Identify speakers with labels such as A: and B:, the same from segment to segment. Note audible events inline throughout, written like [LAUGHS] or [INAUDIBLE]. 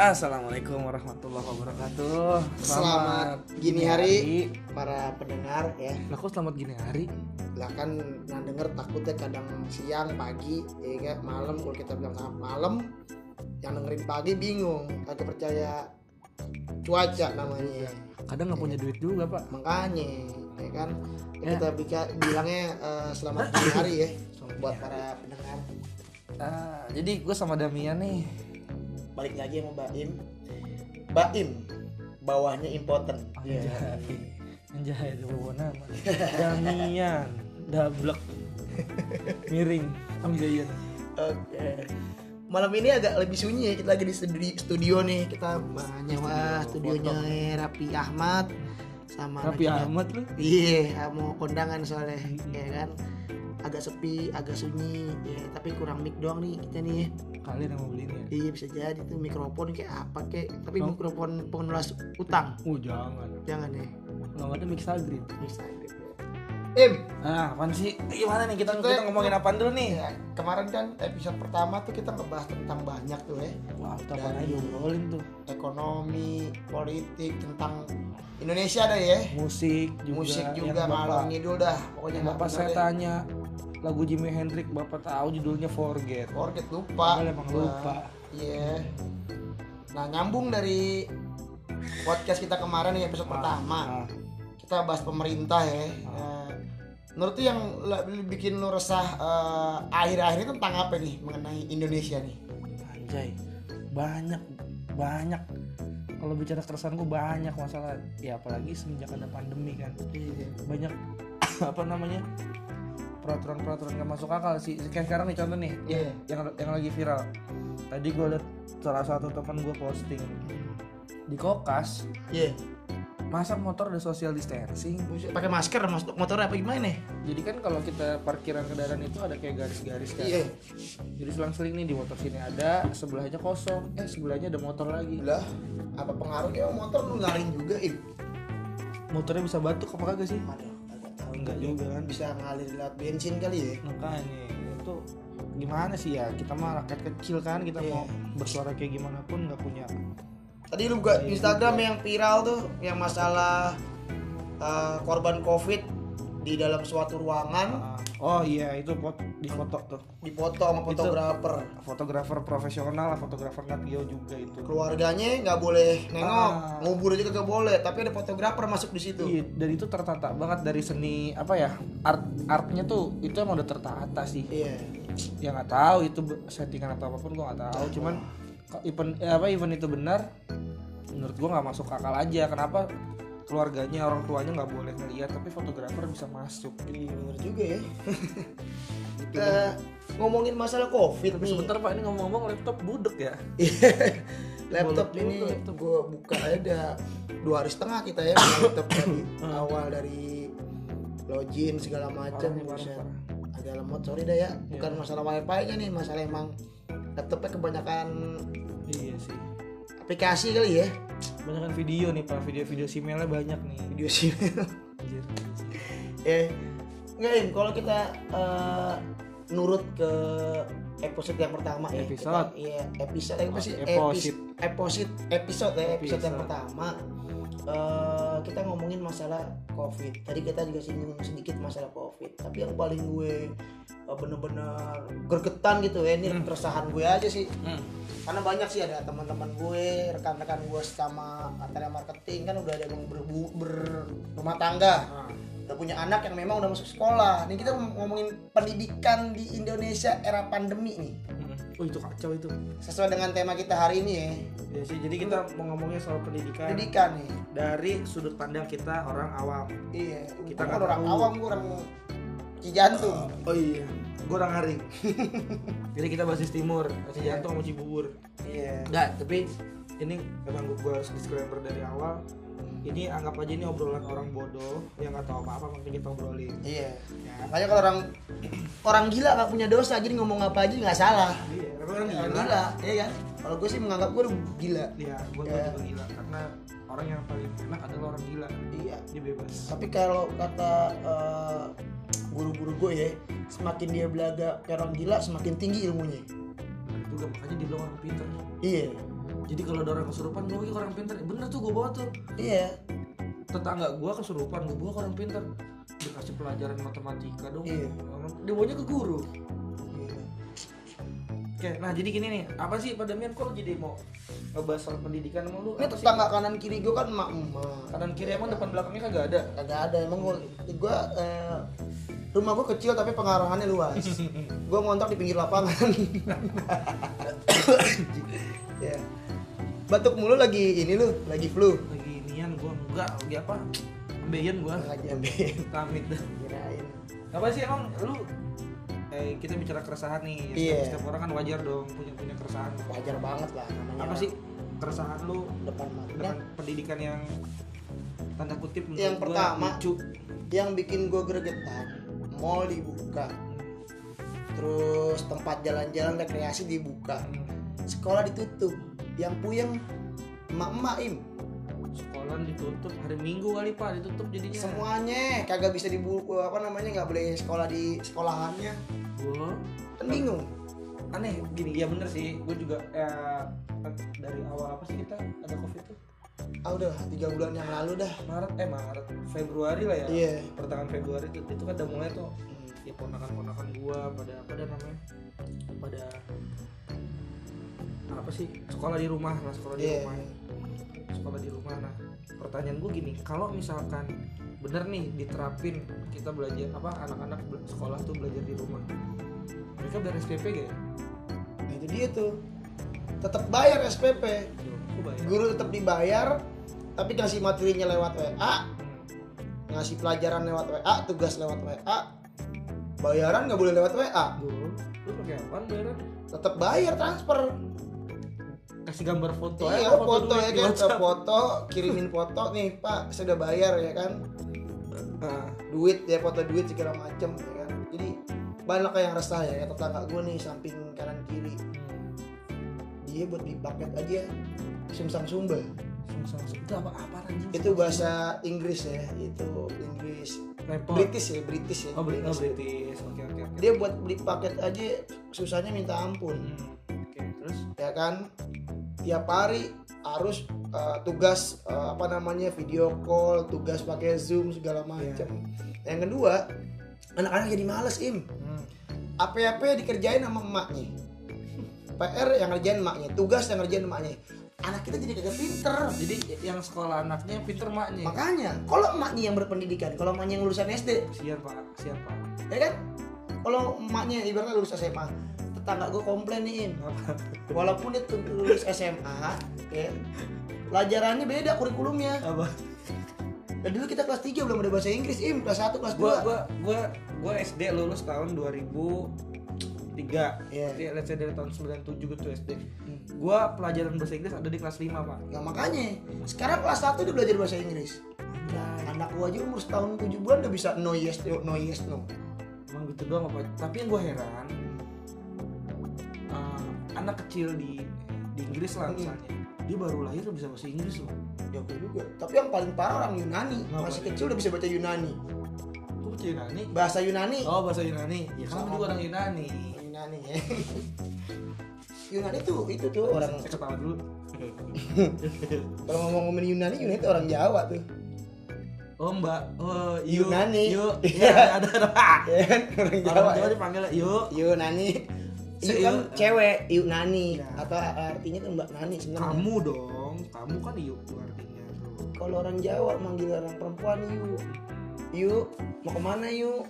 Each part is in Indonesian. A: Assalamualaikum warahmatullahi wabarakatuh.
B: Selamat gini hari. para pendengar ya
A: Lah kok selamat gini hari?
B: lah kan yang denger takutnya kadang siang pagi ya kan? malam kalau kita bilang sangat malam yang dengerin pagi bingung kagak percaya cuaca namanya
A: Kadang nggak punya duit juga pak.
B: makanya ya kan
A: Ya.
B: kita bica- bilangnya eh, selamat gini hari ya buat para pendengar
A: Ah, jadi gue sama Damian nih.
B: balik lagi sama Baim Baim bawahnya important
A: Anjay. Oh, iya. [LAUGHS]
B: [LAUGHS]
A: Anjay itu bawa nama. Damian, dablek, miring, Anjayan.
B: Oke. Malam ini agak lebih sunyi ya. Kita lagi di studi- studio nih. Kita uh, nyewa studionya Rapi Ahmad sama
A: Rapi
B: anak-
A: Ahmad lu.
B: Iya, mau kondangan soalnya, ya kan. Agak sepi, agak sunyi, ya, tapi kurang mic doang nih kita nih. ya.
A: Kalian yang mau beliin ya?
B: Iya bisa jadi tuh mikrofon kayak apa kayak, tapi
A: Oh.
B: mikrofon pengeluas utang.
A: Oh jangan,
B: Jangan ya,
A: nggak ada mixagrid.
B: bisa. Im,
A: Ah, apaan sih? Iya. Gimana nih kita,
B: Kita-
A: kita ngomongin apaan dulu nih?
B: ya, kemarin kan episode pertama tuh kita ngebahas tentang banyak tuh ya.
A: Wah, kita
B: Dari-
A: apaan aja ngobrolin tuh?
B: ekonomi, politik, tentang Indonesia deh ya.
A: Musik juga.
B: Musik
A: yang
B: juga
A: bapak-
B: malam ngidul dah. Pokoknya
A: Yang
B: nggak
A: bapak
B: bener ya.
A: saya
B: deh.
A: tanya lagu Jimi Hendrix bapak tahu judulnya Forget.
B: Forget lupa.
A: Padahal emang
B: Wah,
A: lupa.
B: Iya. Nah, nyambung dari podcast kita kemarin nih episode
A: Ah,
B: pertama. Kita bahas pemerintah ya. Eh, menurut tuh yang le- bikin lu resah eh, akhir-akhir ini tentang apa nih mengenai Indonesia nih?
A: anjay banyak banyak kalau bicara keresahan gue banyak masalah ya apalagi semenjak ada pandemi kan banyak [COUGHS] apa namanya peraturan-peraturan yang masuk akal sih kayak sekarang nih contoh nih
B: Iya.
A: yang yang lagi viral tadi gue liat salah satu teman gue posting di kokas
B: Iya.
A: masa motor ada social distancing
B: Buset, Pakai masker masuk motor apa gimana nih?
A: jadi kan kalau kita parkiran kendaraan itu ada kayak garis-garis kan
B: Iya.
A: jadi selang-seling nih di motor sini ada sebelahnya kosong eh sebelahnya ada motor lagi
B: Lah, apa pengaruhnya sama motor nularin juga, Im?
A: motornya bisa batuk apa kagak sih
B: Aduh, agak tahu.
A: enggak juga kan
B: Bisa ngalir lewat bensin kali ya.
A: makanya itu gimana sih ya kita mah rakyat kecil kan kita
B: Iya.
A: mau bersuara kayak gimana pun nggak punya
B: Tadi lu buka Instagram yang viral tuh, yang masalah eh, korban COVID di dalam suatu ruangan
A: Ah, oh iya itu pot di foto tuh
B: dipoto sama fotografer.
A: fotografer profesional fotografer Nat Geo juga itu
B: Keluarganya nggak boleh nengok,
A: Ah.
B: ngubur aja kagak boleh, tapi ada fotografer masuk di situ.
A: Iya, dan itu tertata banget dari seni apa ya art artnya tuh itu emang udah tertata sih
B: Iya.
A: ya nggak tahu itu be- settingan atau apapun gua nggak tahu cuman ka- event eh, apa event itu benar menurut gua nggak masuk akal aja kenapa keluarganya orang tuanya nggak boleh ngeliat tapi fotografer bisa masuk Gitu
B: Iya, bener juga ya. Kita Eh, ngomongin masalah COVID
A: tapi
B: nih.
A: sebentar pak Nah, ini ngomong-ngomong laptop budek ya
B: Iya. laptop
A: Boleh
B: ini
A: juga
B: gue buka ada dua hari setengah kita ya buka laptop dari awal dari login segala macam
A: Parah, parah,
B: buset.
A: parah.
B: agak lemot sorry dah ya bukan masalah wifi nya nih masalah emang laptopnya kebanyakan
A: iya sih
B: aplikasi kali ya
A: banyak video nih pak video-video simelnya banyak nih
B: video sih
A: Anjir.
B: eh nggak Im, kalau kita eh, nurut ke episode yang pertama ya
A: Episode.
B: Kita- iya episode apa
A: Oh,
B: sih
A: eposid.
B: Epis- eposid episode ya episode yang
A: Episode.
B: pertama eh, kita ngomongin masalah covid tadi kita juga singgung sedikit masalah covid tapi yang paling gue eh, bener-bener gergetan gitu ya ini keresahan gue aja sih
A: Hmm.
B: karena banyak sih ada teman-teman gue rekan-rekan gue sama telemarketing kan udah ada yang berbu- berumah tangga
A: Ah.
B: udah punya anak yang memang udah masuk sekolah. Nih kita ngom- ngomongin pendidikan di Indonesia era pandemi nih.
A: Hmm. Oh itu kacau itu.
B: Sesuai dengan tema kita hari ini ya,
A: Ya sih, jadi kita mau ngomongnya soal pendidikan
B: pendidikan nih.
A: dari sudut pandang kita orang awam.
B: Iya,
A: Kita
B: kita
A: nggak
B: kan orang
A: tahu.
B: awam, gue orang Cijantung.
A: Oh iya, gue orang haring. [LAUGHS] Jadi kita basis timur, masih jantung sama Cibubur.
B: Iya.
A: Enggak, tapi ini emang gue harus disclaimer dari awal. Ini anggap aja ini obrolan orang bodoh yang nggak tahu apa-apa makanya kita obrolin.
B: Iya.
A: Ya.
B: Makanya kalau orang orang gila nggak punya dosa, jadi ngomong apa aja nggak salah.
A: Iya, tapi orang
B: Orang
A: gila.
B: gila, iya kan? Kalau gue sih menganggap gue gila.
A: Iya, gue
B: Ya.
A: juga gila karena orang yang paling enak adalah orang gila.
B: Iya.
A: Dia bebas.
B: Tapi kalau kata eh, guru-guru gue ya, semakin dia belaga kayak orang gila, semakin tinggi ilmunya.
A: Bener Juga makanya dia bilang orang pinter.
B: Iya.
A: jadi kalau ada orang kesurupan bawa ke orang pintar bener tuh gue bawa tuh
B: iya
A: tetangga gue kesurupan gue bawa ke orang pintar dikasih pelajaran matematika dong
B: Iya.
A: dia bawanya ke guru
B: Iya.
A: Oke, nah jadi gini nih, apa sih Pak Damian kok lu jadi mau ngebahas soal pendidikan emang lu?
B: ini
A: apa sih?
B: tetangga kanan kiri gue kan emak emak
A: kanan kiri emang depan belakangnya kagak ada.
B: kagak ada emang gue gue eh, rumah gue kecil tapi pengarahannya
A: [LAUGHS]
B: luas gue ngontrak di pinggir
A: [COUGHS]
B: lapangan ya batuk mulu lagi ini lu lagi flu
A: Lagi nian gua enggak, lagi apa? Ambeien
B: [LAUGHS]
A: gua.
B: lagi ambil
A: Kamit dah.
B: kirain
A: Apa sih emang lu eh kita bicara keresahan nih.
B: Iya.
A: Setiap, setiap orang kan wajar dong punya punya keresahan.
B: wajar banget lah namanya
A: Apa
B: orang
A: sih keresahan lu
B: depan mata
A: dengan pendidikan yang tanda kutip menurut
B: Nah. Yang
A: gua
B: pertama.
A: lucu.
B: yang bikin gue gregetan mall dibuka terus tempat jalan-jalan rekreasi dibuka sekolah ditutup yang puyeng emak-emak im
A: Sekolah ditutup hari Minggu kali Pak, ditutup jadinya.
B: semuanya kagak bisa dibuka apa namanya nggak boleh sekolah di sekolahannya
A: Gua
B: kan bingung
A: aneh gini ya bener sih gue juga eh, dari awal apa sih kita ada covid tuh
B: ah udah tiga bulan yang lalu dah
A: Maret eh Maret Februari lah ya
B: Iya.
A: pertengahan Februari itu, itu kan udah mulai tuh ya ponakan-ponakan gua pada apa dan namanya pada apa sih sekolah di rumah lah sekolah di
B: Iya.
A: rumah sekolah di rumah nah pertanyaan gue gini kalau misalkan bener nih diterapin kita belajar apa anak-anak be- sekolah tuh belajar di rumah mereka bayar SPP gak ya?
B: nah itu dia tuh tetap bayar SPP
A: Gue bayar.
B: guru tetap dibayar tapi ngasih materinya lewat WA
A: Hmm.
B: ngasih pelajaran lewat WA tugas lewat WA bayaran nggak boleh lewat WA
A: Dulu, lu pakai apaan bayaran?
B: tetap bayar transfer
A: Kasih gambar foto
B: iya
A: apa
B: foto
A: duit
B: ya
A: di
B: kan
A: WhatsApp?
B: foto kirimin foto nih pak saya udah bayar ya kan
A: Nah,
B: duit ya foto duit segala macem ya kan jadi banyak yang resah ya kayak tetangga gue nih samping kanan kiri dia buat beli paket aja sumsang sumba
A: sungsang itu apa apa anjing?
B: itu bahasa Inggris ya itu Inggris
A: repot.
B: British ya British ya
A: Oh, Brit- oh, British. Oke, oke, oke.
B: dia buat beli paket aja susahnya minta ampun
A: Hmm, Oke, terus
B: ya kan tiap hari harus eh, tugas eh, apa namanya video call tugas pakai zoom segala macam yang kedua anak-anak jadi males im
A: hmm.
B: apa-apa dikerjain sama emaknya PR yang ngerjain emaknya tugas yang ngerjain emaknya anak kita jadi kagak pinter
A: jadi yang sekolah anaknya pinter maknya.
B: makanya kalau emaknya yang berpendidikan kalau emaknya yang lulusan SD
A: Kasihan, Pak. Kasihan, Pak.
B: ya kan kalau emaknya ibaratnya lulus SMA tetangga gue komplain nih Im.
A: Apa?
B: walaupun dia tuh lulus SMA ya pelajarannya beda kurikulumnya
A: Apa?
B: dan dulu kita kelas 3 belum ada bahasa Inggris im kelas 1 kelas 2
A: Gua gua gua gua SD lulus tahun 2003.
B: Iya.
A: Jadi, let's say dari tahun 97 gitu SD.
B: Hmm.
A: Gua pelajaran bahasa Inggris ada di kelas 5, Pak.
B: nah makanya sekarang kelas 1 udah belajar bahasa Inggris anak gua aja umur setahun 7 bulan udah bisa no yes no, no yes no
A: emang gitu doang apa tapi yang gue heran eh, anak kecil di di Inggris lah
B: Hmm.
A: misalnya dia baru lahir udah bisa bahasa Inggris loh
B: ya gua juga tapi yang paling parah orang Yunani
A: Kenapa?
B: masih kecil udah bisa baca Yunani
A: tuh bahasa Yunani
B: bahasa Yunani
A: oh bahasa Yunani ya kan
B: Sama.
A: juga orang Yunani
B: Yunani ya [LAUGHS] Yunani tuh itu tuh orang
A: [LAUGHS] saya ketawa dulu
B: kalau ngomong ngomongin Yunani Yunani tuh orang Jawa tuh
A: oh mbak oh yuk
B: Yunani.
A: yuk ya, [LAUGHS] ada ada
B: ya kan orang Jawa,
A: orang
B: ya.
A: Jawa dipanggil yuk
B: Yuk Nani. Yuk
A: Se- iya.
B: kan
A: yuk.
B: cewek, yuk Nani
A: Ya.
B: atau eh, artinya tuh Mbak Nani sebenarnya.
A: kamu dong kamu kan yuk tuh artinya tuh
B: Kalau orang Jawa manggil orang perempuan yuk. Yuk, mau kemana yuk?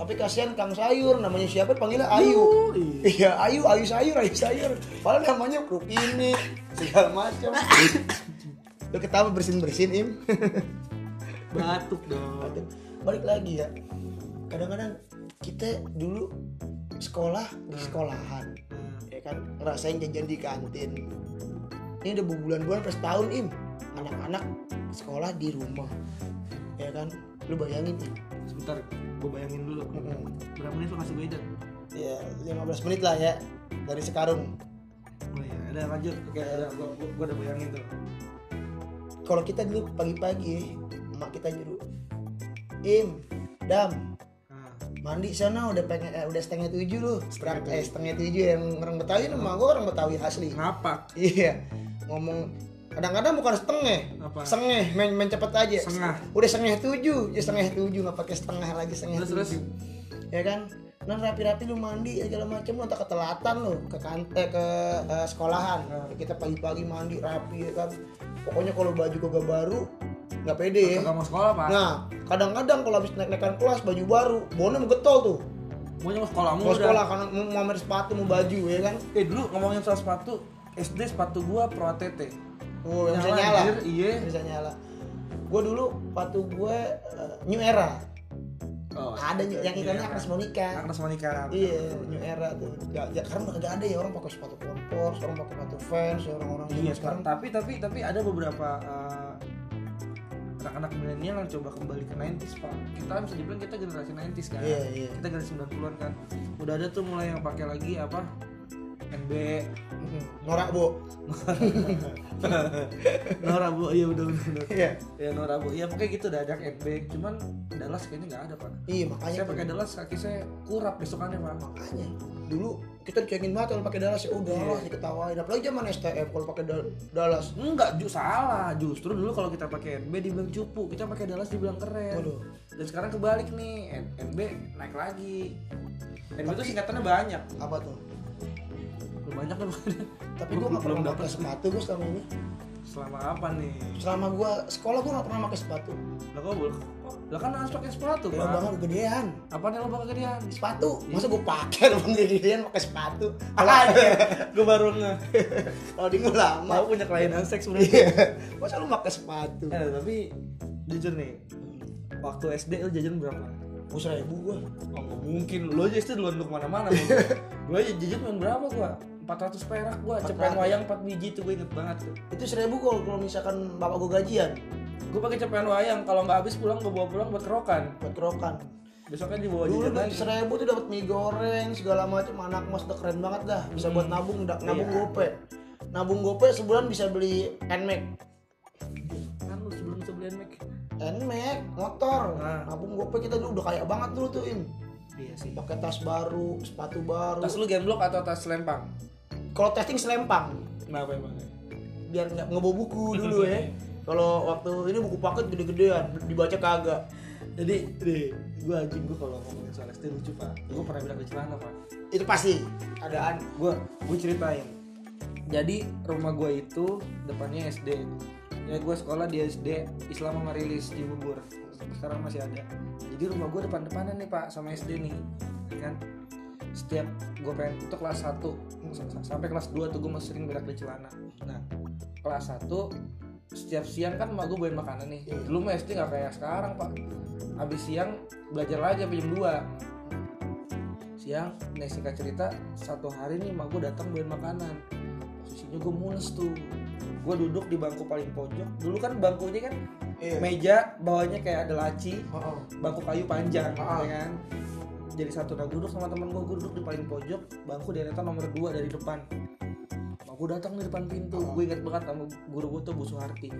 B: Tapi kasihan Kang Sayur namanya siapa panggilnya Ayu.
A: Yuk, iya.
B: Iya, Ayu, Ayu Sayur, Ayu Sayur. Padahal namanya Rupini, segala macam. Lu ketawa bersin-bersin, Im.
A: batuk dong
B: Aduh, Balik lagi ya. Kadang-kadang kita dulu sekolah di
A: Hmm.
B: sekolahan.
A: Nah,
B: ya kan ngerasain jajan di kantin ini udah berbulan-bulan per setahun im anak-anak sekolah di rumah ya kan lu bayangin im
A: Nah, sebentar gue bayangin dulu
B: Mm-mm.
A: berapa menit lo kasih gue Idan?
B: ya 15 menit lah ya dari sekarang
A: Oh iya, ada lanjut. Oke, ada gua, gua, gua udah bayangin tuh.
B: kalau kita dulu pagi-pagi emak kita nyuruh im
A: Nah,
B: dam mandi sana udah pengen eh, udah setengah tujuh lu berang eh setengah tujuh yang orang Betawi nama gue orang Betawi asli
A: Ngapak.
B: iya ngomong kadang-kadang bukan setengah
A: Apa?
B: sengeh main main cepet aja
A: Sengah.
B: udah sengeh tujuh ya sengeh tujuh nggak pakai setengah lagi sengeh
A: Terus terus.
B: tujuh ya kan non rapi-rapi lu mandi ya, segala macem lu tak ketelatan lu ke kante ke eh, sekolahan
A: Nah.
B: kita pagi-pagi mandi rapi ya kan pokoknya kalau baju kagak baru nggak pede ya
A: Ke kamar sekolah, Pak.
B: nah kadang-kadang kalau habis naik-naikan kelas baju baru bono menggetol tuh
A: Mau nyamuk sekolah
B: mau
A: mulu
B: sekolah karena mau mau mamer sepatu mau baju ya kan
A: Eh, dulu ngomongin soal sepatu, SD sepatu gua Pro ATT.
B: oh, yang bisa nyala
A: anjir, Iya.
B: bisa nyala gue dulu sepatu gue eh, new era
A: Oh,
B: ada new- yang ikannya Agnes Monica
A: Agnes Monica.
B: Iya, new era tuh. Ya, ya karena udah nggak ada ya orang pakai sepatu kompor, orang pakai sepatu fans, ya orang-orang zaman
A: Iya,
B: sekarang.
A: tapi tapi tapi ada beberapa eh, anak-anak milenial yang coba kembali ke 90s, Pak. Kita kan bisa dibilang kita generasi 90s kan.
B: Iya, iya.
A: Kita generasi 90-an kan. Udah ada tuh mulai yang pakai lagi apa?
B: [LAUGHS]
A: NB
B: Mhm. Norak bu.
A: Nora Bu, iya udah udah udah.
B: Iya.
A: Ya Nora Bu, ya pokoknya gitu dadak NB, cuman Dallas kayaknya nggak ada, Pak.
B: Iya makanya.
A: Saya pakai Dallas kaki saya kurap besokannya, Pak.
B: Makanya. Dulu kita dicengin banget kalau pakai Dallas ya udah
A: Iya.
B: lah diketawain. Apalagi zaman STF kalau pakai Dal- Dallas.
A: Enggak, ju salah. Justru dulu kalau kita pakai NB dibilang cupu, kita pakai Dallas dibilang keren.
B: Waduh.
A: Dan sekarang kebalik nih, N- NB naik lagi. NB itu singkatannya banyak.
B: Apa tuh?
A: Lu banyak kan
B: Tapi gua nggak pernah pakai sepatu gua selama ini.
A: Selama apa nih?
B: Selama gua sekolah gua nggak pernah pakai sepatu.
A: Lah kok boleh? Lah kan harus pakai sepatu
B: Gua
A: kan?
B: banget gedean.
A: Apa nih lo bakal gedean?
B: Sepatu, masa gua pakai [LAUGHS] lubang gedean pakai sepatu? ya?
A: Gue Ah, iya. baru
B: [LAUGHS]
A: nge.
B: Kalau di gua lama.
A: Mau punya kelainan seks
B: Iya. [LAUGHS] Masa lu pakai sepatu?
A: Eh, tapi jujur nih, waktu SD lo jajan berapa?
B: Gua seribu gua.
A: Hmm. Oh, nggak mungkin lo aja SD duluan lu kemana-mana.
B: [LAUGHS]
A: gue aja jajan cuma berapa gua? 400 perak gua, cepen
B: 400.
A: wayang 4 biji tuh gue inget banget tuh.
B: Itu seribu kalau kalau misalkan bapak gua gajian
A: Gue pakai cepen wayang, kalau nggak habis pulang gue bawa pulang buat kerokan.
B: buat kerokan.
A: Besoknya dibawa
B: Dulu
A: jajan
B: dapat
A: Oh, lagi.
B: seribu tuh dapat mie goreng segala macam anak mas udah keren banget dah bisa buat nabung da- nabung
A: Iya.
B: gope. Nabung gope sebulan bisa beli nmax.
A: Kan lu sebelum itu beliin Mac.
B: Nmax motor.
A: Nah.
B: Nabung gope kita dulu udah kaya banget dulu tuh im.
A: Iya sih.
B: Pakai tas baru, sepatu baru.
A: Tas lu gemblok atau tas lempang?
B: Kalau testing selempang
A: Kenapa emangnya?
B: biar nggak ngebawa buku dulu ya. Kalau waktu ini buku paket gede-gedean dibaca kagak.
A: Jadi, deh, gue anjing gue kalau ngomongin soal SD lucu pak. Gue pernah bilang ke celana pak.
B: Itu pasti keadaan
A: gue gue ceritain jadi rumah gue itu depannya SD ya gue sekolah di SD Islam Marilis di Bubur sekarang masih ada jadi rumah gue depan depanan nih pak sama SD nih ya kan setiap gue pengen itu kelas 1 sampai kelas 2 tuh gue masih sering berak di celana nah kelas 1 setiap siang kan emak gue bawain makanan nih dulu mah SD nggak kayak sekarang pak abis siang belajar lagi sampai jam 2 siang nah singkat cerita satu hari nih emak gue datang beliin makanan posisinya gue mules tuh gue duduk di bangku paling pojok dulu kan bangkunya kan
B: Iya.
A: meja bawahnya kayak ada laci
B: Oh,
A: bangku kayu panjang
B: Ah.
A: ya kan jadi satu nah gue duduk sama temen gue gue duduk di paling pojok bangku deretan nomor dua dari depan Mak gue datang di depan pintu
B: Ah.
A: gue ingat banget sama guru gue tuh Bu Suharti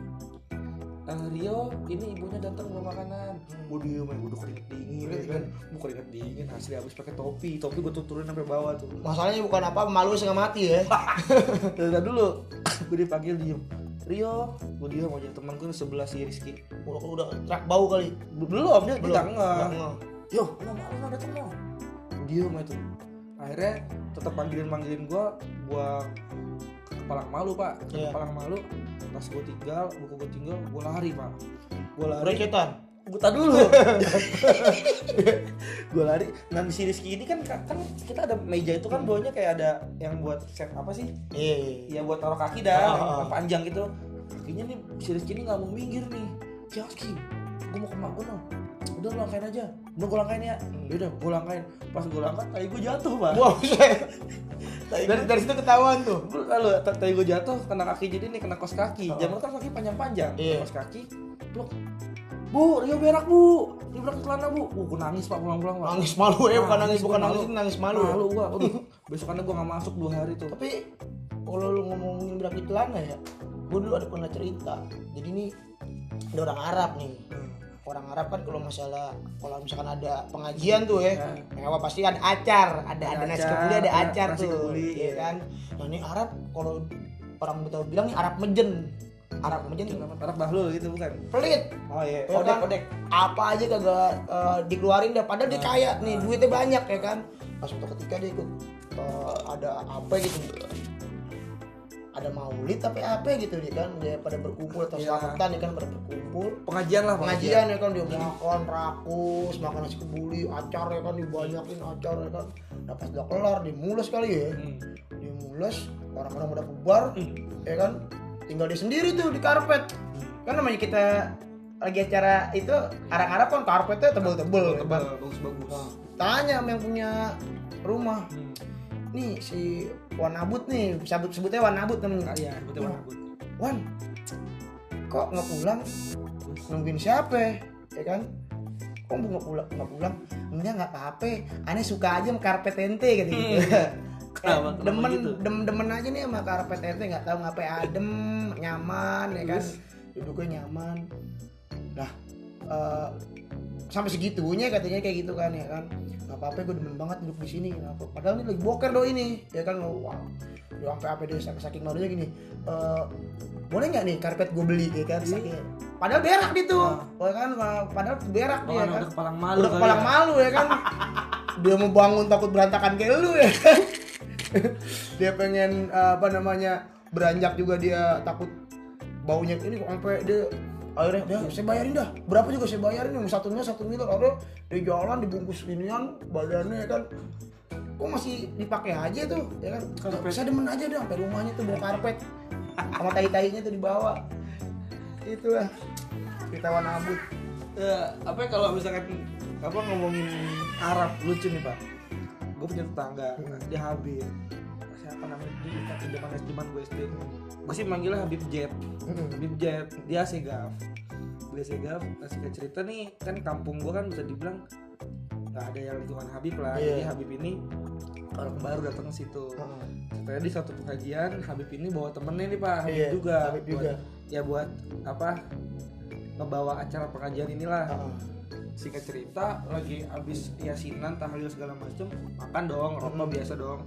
A: Eh, Rio, ini ibunya datang bawa makanan.
B: Hmm.
A: Gue diem, gue udah keringet dingin, ya kan?
B: Iya.
A: Gue keringet dingin, asli abis pakai topi, topi gue tuturin sampai bawah tuh. [LAUGHS]
B: Masalahnya bukan apa, malu setengah mati ya.
A: Tunggu dulu, [COUGHS] gue dipanggil diem. Rio, gue diem aja temen gue sebelah si Rizky.
B: udah, udah terak bau kali
A: Belum, dia
B: belum
A: tidak nge.
B: nggak
A: Yo, lo mau lo datang lo. Diem itu. Akhirnya tetap panggilin panggilin gua, gua ke Kepalang Malu pak, ke
B: Iya.
A: Kepalang Malu. Pas gua tinggal, buku gua tinggal, gua lari pak. Gua
B: nge.
A: lari.
B: Bercetan.
A: Buta dulu. [LAUGHS] gua lari. Nah si Rizky ini kan kan kita ada meja itu kan bawahnya kayak ada yang buat set apa sih?
B: Iya, iya,
A: ya
B: iya.
A: buat taruh kaki dah
B: Ah.
A: yang panjang gitu kakinya nih si Rizky ini nggak mau minggir nih Jaki gue mau ke mak gue dong udah lu langkain aja udah gue langkain ya
B: Hmm.
A: udah gue langkain pas gue langkain tai gue jatuh pak
B: [LAUGHS] Wah, buset. dari dari situ ketahuan tuh.
A: Gua- lalu ta- tai gue jatuh kena kaki jadi nih kena kos kaki
B: Ah.
A: zaman kan kaki panjang-panjang
B: Iya.
A: kos kaki blok bu Rio berak bu Rio berak ke celana bu uh, gue nangis pak pulang-pulang pak
B: Nangis malu ya, bukan nangis, bukan
A: gua
B: nangis, nangis malu.
A: malu gue aduh besokannya gue nggak masuk dua hari tuh
B: Tapi kalau lu ngomongin berapa celana ya, gue dulu ada pernah cerita. Jadi nih ada orang Arab nih. orang Arab kan kalau masalah kalau misalkan ada pengajian tuh ya, mewah pasti ada acar, ada ada,
A: Iya. Ada
B: nasi
A: acar,
B: kebuli, ada
A: ada
B: acar
A: nasi
B: tuh,
A: kebuli,
B: ya
A: iya.
B: kan. Nah ini Arab kalau orang Betawi bilang ini Arab mejen, Arab mejen tuh
A: Anak bahlul gitu bukan?
B: pelit,
A: Oh iya,
B: Ya kan? apa aja kagak eh, dikeluarin dah padahal
A: Nah,
B: dia kaya nih duitnya banyak ya kan pas waktu ketika dia ikut eh, ada apa gitu ada maulid tapi apa gitu dia kan dia pada berkumpul atau
A: Iya.
B: selamatan ya kan pada berkumpul
A: Pengajian lah
B: pengajian ya kan dia makan rakus makan nasi kebuli acar ya kan dibanyakin acar ya kan nah pas udah kelar dimules kali ya
A: Hmm.
B: dimules orang-orang udah bubar ya kan tinggal dia sendiri tuh di karpet kan namanya kita lagi acara itu arah-arah kan karpetnya tebel-tebel ya kan?
A: Tebal, bagus-bagus.
B: Nah, tanya sama yang punya rumah
A: Hmm.
B: nih si Wan Abut nih sebut sebutnya Wan Abut namanya
A: Iya, betul
B: Wan.
A: bagus.
B: Wan kok nggak pulang nungguin siapa ya kan kok bu nggak pulang nggak pulang enggak nggak apa-apa aneh suka aja sama karpet ente gitu [LAUGHS] gitu
C: Hmm. Kenapa? Kenapa
B: demen
C: gitu?
B: dem demen aja nih sama karpet ente nggak tahu ngapain adem nyaman ya kan duduknya nyaman nah eh, sampai segitunya katanya kayak gitu kan ya kan nggak apa-apa gue demen banget duduk di sini Kenapa? padahal ini lagi boker do ini ya kan wah dia sampai apa dia saking saking malunya gini eh, boleh nggak nih karpet gue beli ya kan Saking- padahal berak dia tuh ya kan padahal berak dia
A: Bahkan
B: kan
A: udah kepalang malu
B: udah
A: kali
B: kepala
A: ya.
B: malu ya
A: [LAUGHS]
B: kan dia mau bangun takut berantakan kayak lu ya kan [LAUGHS] dia pengen uh, apa namanya beranjak juga dia takut baunya ini kok sampai dia akhirnya dia saya bayarin dah berapa juga saya bayarin yang satu mil satu mil akhirnya di jalan dibungkus inian badannya ya kan kok masih dipakai aja tuh ya kan
A: Karpet.
B: saya demen aja deh sampai rumahnya tuh bawa karpet sama tai-tainya tuh dibawa itulah kita abut
A: Eh, apa ya kalau misalkan apa ngomongin Arab lucu nih pak gue punya tetangga dia Habib siapa namanya dia dekat di depan zaman gue SD gue sih manggilnya Habib Jet Habib Jet dia segaf dia segaf nah singkat cerita nih kan kampung gue kan bisa dibilang nggak ada yang lingkungan Habib lah
B: Iya.
A: jadi Habib ini orang baru datang ke situ Ceritanya di satu pengajian Habib ini bawa temennya nih pak Habib
B: Iya,
A: juga
B: Habib
A: Buat-
B: juga.
A: ya buat apa ngebawa acara pengajian inilah
B: Heeh.
A: singkat cerita lagi abis yasinan tahlil segala macem makan dong rokok biasa dong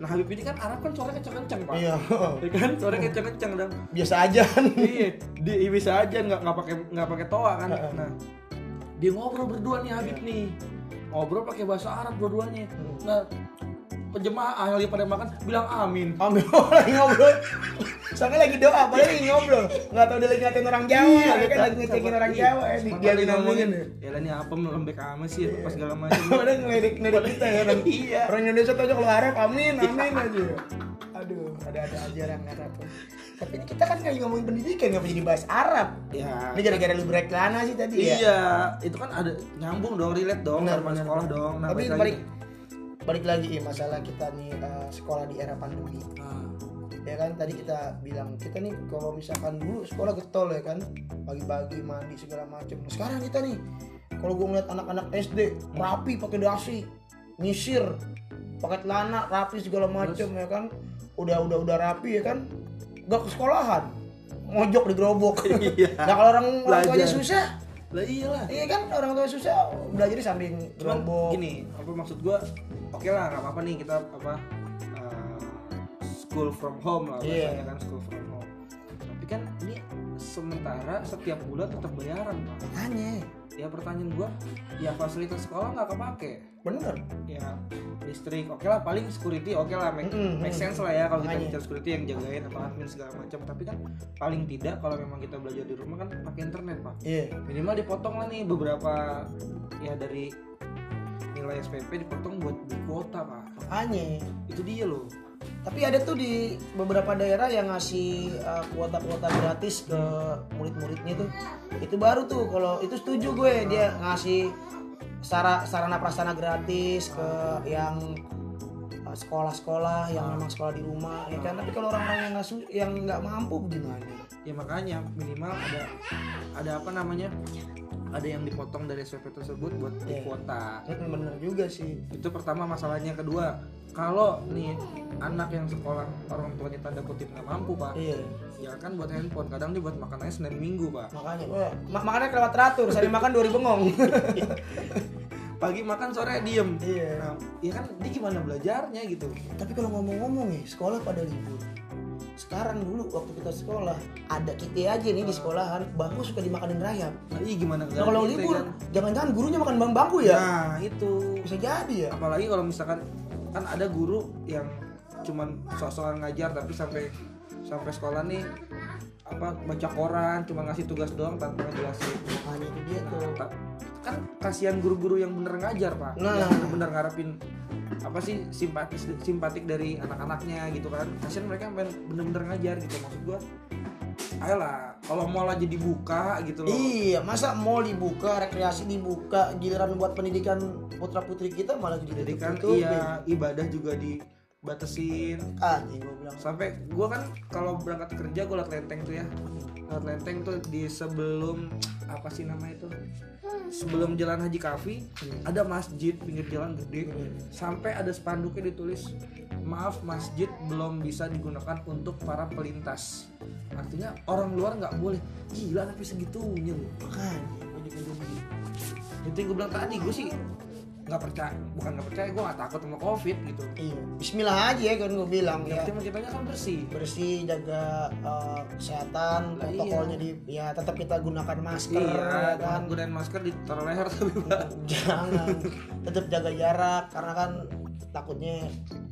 A: nah Habib ini kan Arab kan suaranya kenceng-kenceng pak
B: Hmm. Iya, [LAUGHS]
A: ya kan suaranya kenceng-kenceng dan
B: biasa aja [LAUGHS] kan.
A: iya di iya bisa aja nggak nggak pakai nggak pakai toa kan nah dia ngobrol berdua nih
B: Iya.
A: Habib nih ngobrol pakai bahasa Arab dua-duanya
B: Hmm.
A: nah penjemaah ahli pada makan bilang amin
B: Ambil lagi ngobrol. Soalnya lagi doa, padahal lagi ngobrol. Nggak tahu dia lagi ngatain orang Jawa,
A: Iya,
B: dia kan lagi ngecekin orang Jawa. Eh,
A: Sempat
B: dia
A: lagi
B: lagi ngomongin. ya.
A: ya lah ini apa lembek amat sih apa segala
B: [LAUGHS]
A: macam
B: Padahal ngeledek ngeledek kita ya kan.
A: Iya.
B: Orang Indonesia tuh aja kalau Arab, amin, amin aja. Iya. Aduh, ada-ada aja orang Arab. Tapi ini kita kan lagi ngomongin pendidikan, nggak jadi bahas Arab.
A: ya
B: Ini gara-gara lu break lana sih tadi ya.
A: Iya, itu kan ada nyambung dong, relate dong,
B: Benar,
A: sama
B: benar.
A: sekolah dong. Nah,
B: Tapi
A: balik
B: balik
A: lagi.
B: balik lagi ya, masalah kita nih eh, sekolah di era pandemi.
A: Ah,
B: ya kan tadi kita bilang kita nih kalau misalkan dulu sekolah getol ya kan pagi-pagi mandi segala macem Nah, sekarang kita nih kalau gue ngeliat anak-anak
A: Hmm.
B: SD rapi pakai dasi nyisir pakai celana rapi segala macem ya kan udah udah udah rapi ya kan gak ke sekolahan mojok di gerobok
A: [LAUGHS] Iya.
B: nah kalau orang orang tuanya
A: Belajar.
B: susah
A: lah iyalah.
B: iya kan orang tua susah belajar di samping
A: Cuman
B: gerobok
A: gini, apa maksud gua? Oke lah, nggak apa-apa nih kita apa eh, school from home lah
B: Iya.
A: biasanya kan school from home. Tapi kan ini sementara setiap bulan tetap bayaran, Pak.
B: hanya
A: Ya pertanyaan gua, ya fasilitas sekolah nggak kepake.
B: bener
A: ya listrik oke lah paling security oke lah make,
B: Mm-mm,
A: make
B: mm.
A: sense lah ya kalau kita
B: Makanya.
A: bicara security yang jagain atau admin segala macam tapi kan paling tidak kalau memang kita belajar di rumah kan pakai internet pak
B: iya
A: minimal dipotong lah nih beberapa ya dari nilai SPP dipotong buat beli kuota pak
B: hanya
A: itu dia loh
B: Tapi ada tuh di beberapa daerah yang ngasih uh, kuota-kuota gratis ke murid-muridnya tuh. Itu baru tuh kalau itu setuju gue dia ngasih sara- sarana prasarana gratis ke yang uh, sekolah-sekolah yang memang sekolah di rumah ya kan. Tapi kalau orang-orang yang nggak su- yang nggak mampu gimana?
A: ya makanya minimal ada ada apa namanya ada yang dipotong dari SPP tersebut buat di
B: Iya.
A: kuota
B: Mm, bener juga sih
A: itu pertama masalahnya kedua kalau nih anak yang sekolah orang tuanya tanda kutip nggak mampu pak
B: iya
A: ya kan buat handphone kadang dia buat makanannya senin minggu pak
B: makanya wah, ma- makannya kelewat teratur sehari makan 2000 bengong [LAUGHS]
A: pagi makan sore diem
B: iya
A: nah, ya kan dia gimana belajarnya gitu
B: tapi kalau ngomong-ngomong nih sekolah pada libur sekarang dulu waktu kita sekolah ada kita aja nih di sekolahan bangku suka dimakanin rayap
A: nah, iya gimana
B: nah,
A: gitu,
B: kalau
A: ya
B: libur
A: kan?
B: jangan-jangan gurunya makan bang bangku ya
A: nah itu
B: bisa jadi ya
A: apalagi kalau misalkan kan ada guru yang cuman sok-sokan ngajar tapi sampai sampai sekolah nih apa baca koran cuma ngasih tugas doang tanpa ngejelasin
B: makanya gitu. itu dia tuh
A: Nah, ta- kan kasihan guru-guru yang bener ngajar pak
B: Nah.
A: yang bener-bener ngarepin apa sih simpatis simpatik dari anak-anaknya gitu kan kasihan mereka yang pengen bener-bener ngajar gitu maksud gua ayolah kalau mall aja dibuka gitu loh
B: Iya, masa mall dibuka, rekreasi dibuka, giliran buat pendidikan putra putri kita malah
A: jadi kan
B: ditutup
A: iya ibadah juga dibatasin
B: Ah, nih gua bilang
A: sampai gua kan kalau berangkat kerja gua liat lenteng tuh ya liat lenteng tuh di sebelum apa sih namanya itu sebelum jalan Haji Kafi ada masjid pinggir jalan gede
B: Iya.
A: sampai ada spanduknya ditulis maaf masjid belum bisa digunakan untuk para pelintas artinya orang luar nggak boleh gila tapi segitunya loh
B: makanya gua juga bingung.
A: itu yang gue bilang tadi gue sih nggak percaya bukan nggak percaya gue nggak takut sama covid gitu
B: Iya, Bismillah aja kan gua bilang
A: yang
B: ya.
A: penting kitanya kan bersih
B: Bersih, jaga eh, kesehatan,
A: Lah, iya.
B: protokolnya di ya tetap kita gunakan masker ya
A: Iya,
B: kan.
A: kan gunain masker ditaruh leher [LAUGHS] tapi pak.
B: [LAUGHS] Jangan tetap jaga jarak karena kan takutnya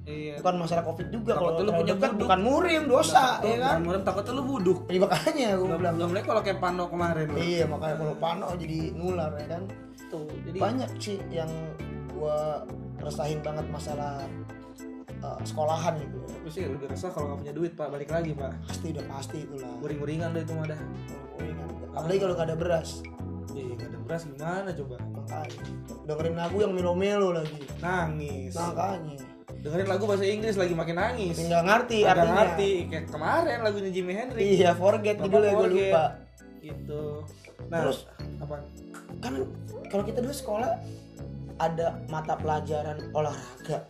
A: Iya.
B: bukan masalah covid juga
A: Takut
B: kalau
A: lu
B: terlalu
A: punya
B: dekat
A: buduk.
B: bukan murim dosa ya kan.
A: Murim takutnya lu buduk.
B: Jadi makanya gua bilang
A: Belum lagi kalau kayak Pano kemarin. lu.
B: Iya makanya kalau pano jadi nular ya kan.
A: Tuh, jadi
B: Banyak sih yang gua resahin banget masalah uh, sekolahan gitu. ya.
A: Terus sih lebih resah kalau nggak punya duit pak balik lagi pak.
B: Pasti udah pasti itulah.
A: Uring-uringan deh itu mah dah.
B: Apalagi kalau nggak ada beras.
A: Iya nggak ada beras gimana coba?
B: Makanya dengerin lagu yang melo-melo lagi.
A: Nangis.
B: Makanya
A: Dengerin lagu bahasa Inggris lagi makin nangis.
B: nggak ngerti
A: Nggak
B: artinya.
A: ngerti kayak kemarin lagunya Jimi Hendrix.
B: Iya, forget
A: Bapak
B: judulnya gue
A: forget.
B: lupa.
A: Gitu. Nah,
B: Terus?
A: apa?
B: Kan kalau kita dulu sekolah ada mata pelajaran olahraga.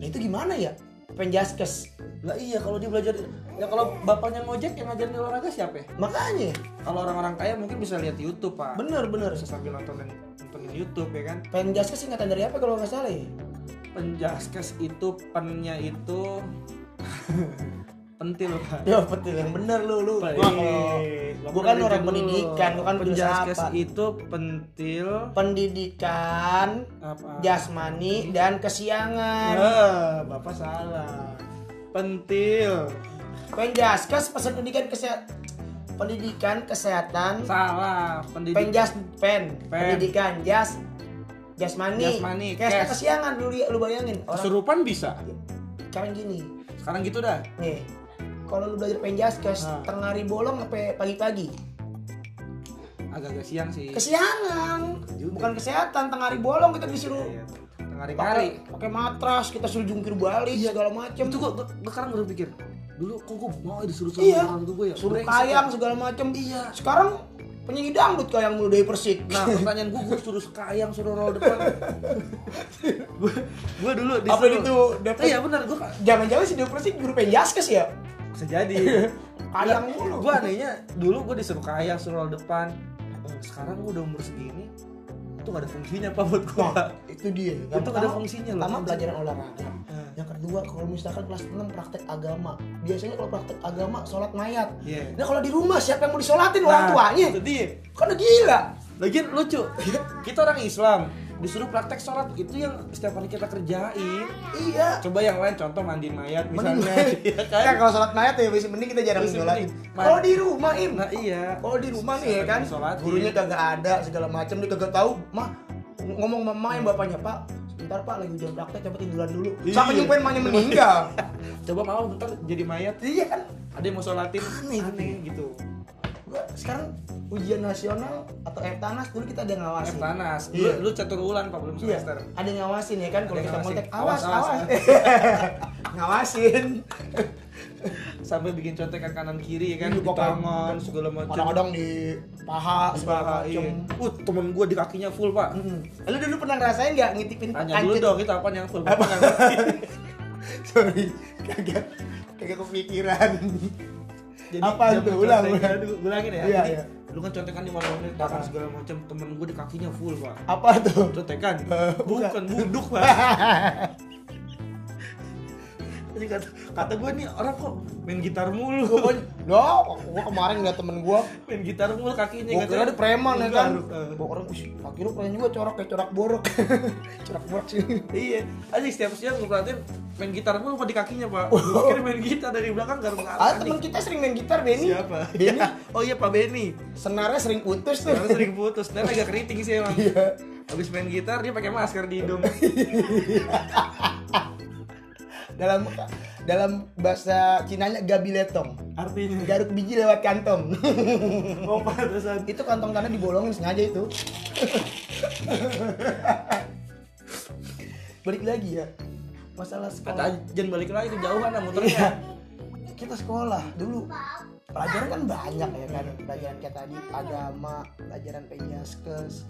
B: Nah, itu gimana ya? Penjaskes.
A: Lah iya kalau dia belajar ya kalau bapaknya ngojek yang ngajarin olahraga siapa ya?
B: Makanya
A: Kalau orang-orang kaya mungkin bisa lihat YouTube, Pak.
B: bener-bener
A: bisa sambil nontonin nontonin YouTube ya kan
B: Penjaskes singkatan dari apa kalau nggak salah ya?
A: penjaskes itu pennya itu [LAUGHS] pentil pak
B: Ya betul yang bener lu lu. Gua, kalau- gua kan orang pendidikan, gua kan
A: penjaskes
B: filsafat.
A: itu pentil
B: Pendidikan,
A: apa
B: jasmani dan kesiangan.
A: Eh, bapak salah pentil
B: Penjaskes pesan pendidikan kesehatan pendidikan kesehatan
A: salah pendidikan
B: penjas pen,
A: Pen.
B: pendidikan jas jasmani
A: Jasmani,
B: Kesnya
A: kes.
B: kesiangan lu li- lu bayangin orang
A: kesurupan bisa
B: sekarang gini
A: sekarang gitu dah
B: nih kalau lu belajar penjaskes
A: Ah.
B: tengah hari bolong sampai pagi-pagi
A: agak-agak siang sih
B: kesiangan
A: Iya. Juga.
B: bukan kesehatan tengah hari bolong kita disuruh
A: Iya, tengah hari hari
B: pakai pakai matras kita suruh jungkir balik segala
A: Iya.
B: macem
A: itu kok gue sekarang baru pikir dulu kok gue mau disuruh sama
B: Iya.
A: orang tua gue ya
B: suruh
A: Brengsek,
B: kayang segala macem
A: Iya.
B: sekarang penyanyi dangdut kayang mulu dari persik
A: Nah pertanyaan gue, gue suruh sekayang, suruh roll
B: [LAUGHS]
A: depan Gue dulu disuruh
B: Apa gitu, dapet-
A: Iya bener, gue
B: jangan-jangan si dari persik guru penjaskes ya
A: bisa
B: [LAUGHS]
A: jadi
B: Kayang mulu.
A: Gue anehnya, dulu gue disuruh kayang, suruh roll depan Sekarang gue udah umur segini Itu gak ada fungsinya pak buat Nah, gue
B: Nah, itu dia
A: Iya. Itu ada fungsinya loh.
B: pertama pelajaran olahraga
A: Hmm.
B: yang kedua kalau misalkan kelas 6 praktek agama biasanya kalau praktek agama sholat mayat
A: Iya.
B: nah kalau di rumah siapa yang mau disolatin orang
A: Nah,
B: tuanya
A: itu dia. Iya.
B: kan udah gila
A: Lagian lucu [LAUGHS] Kita orang Islam Disuruh praktek sholat Itu yang setiap hari kita kerjain
B: iya
A: Coba yang lain contoh mandi mayat
B: Mending
A: misalnya [LAUGHS] Iya kan?
B: kan kalau sholat mayat ya mending kita jarang
A: Mending.
B: sholatin
A: Mayat.
B: kalau di rumah im
A: Nah iya
B: kalau di rumah nih ya kan
A: Sholatin.
B: gurunya kagak ada segala macam dia kagak tahu mah ng- ngomong sama emak yang bapaknya pak sebentar pak lagi ujian praktek coba tiduran dulu
A: Iya.
B: sampai nyumpain emaknya meninggal
A: Coba mau bentar jadi mayat
B: iya kan
A: ada yang mau sholatin
B: Aneh.
A: gitu
B: Gua sekarang ujian nasional atau Eptanas dulu kita ada yang
A: F
B: ngawasin.
A: panas.
B: Iya.
A: Lu, lu catur ulan pak belum
B: Iya,
A: semester.
B: ada yang ngawasin ya kan
A: Ada
B: kalau
A: yang
B: kita
A: ngawasin.
B: kontak awas
A: Awas,
B: awas.
A: awas.
B: [LAUGHS] ngawasin.
A: Sampai bikin contekan kanan kiri ya kan,
B: Iya,
A: di
B: pokoknya.
A: tangan segala macam.
B: Kadang-kadang di paha segala
A: Iya.
B: macam.
A: Uh, temen gua di kakinya full pak.
B: Mm-mm. Lu dulu pernah ngerasain nggak ngintipin
A: Tanya dulu
B: kancil?
A: dong kita apa yang full Bapak nggak ngerti.
B: [LAUGHS] Sorry, kagak kagak kepikiran. [LAUGHS]
A: Jadi
B: Apa
A: zaman
B: tuh? Ulang,
A: contekan-
B: ulang.
A: gua ulangin ya.
B: Iya, Nah.
A: Jadi,
B: iya.
A: Lu kan contekan di mana-mana tangan segala macam. Temen gua di kakinya full pak.
B: Apa tuh? [LAUGHS]
A: Contekan?
B: Eh, bukan.
A: Bukan buduk pak.
B: Ini kata
A: Kata gua nih orang kok main gitar mulu.
B: gue Loh, gua kemarin ngeliat temen gua
A: [LAUGHS] main gitar mulu kakinya.
B: Gua kira
A: katanya.
B: dia preman ya kan
A: Enggak.
B: Gua orang, "Wih, kaki lu keren juga corak kayak corak borok [LAUGHS] Corak borok sih
A: Iya, aja setiap siang gue perhatiin main gitar mulu apa di kakinya pak. Gue kira main gitar dari belakang gak ngarang
B: Oh. Ah, temen kita sering main gitar, Benny
A: Siapa?
B: Benny,
A: Oh iya Pak Benny.
B: senarnya sering putus tuh
A: [LAUGHS]
B: Iya.
A: Karena sering putus, dan agak keriting sih emang. Habis main gitar dia pakai masker di hidung.
B: Dalam dalam bahasa Cinanya gabiletong
A: [LAUGHS] Artinya.
B: Garuk biji lewat kantong [LAUGHS]
A: Oh pantesan.
B: Itu kantong tanah dibolongin sengaja itu [LAUGHS] Balik lagi ya Masalah
A: Kata
B: sekolah
A: aja, jangan balik lagi kejauhan lah muternya.
B: kita sekolah dulu pelajaran kan banyak ya kan pelajaran kayak tadi agama pelajaran penjaskes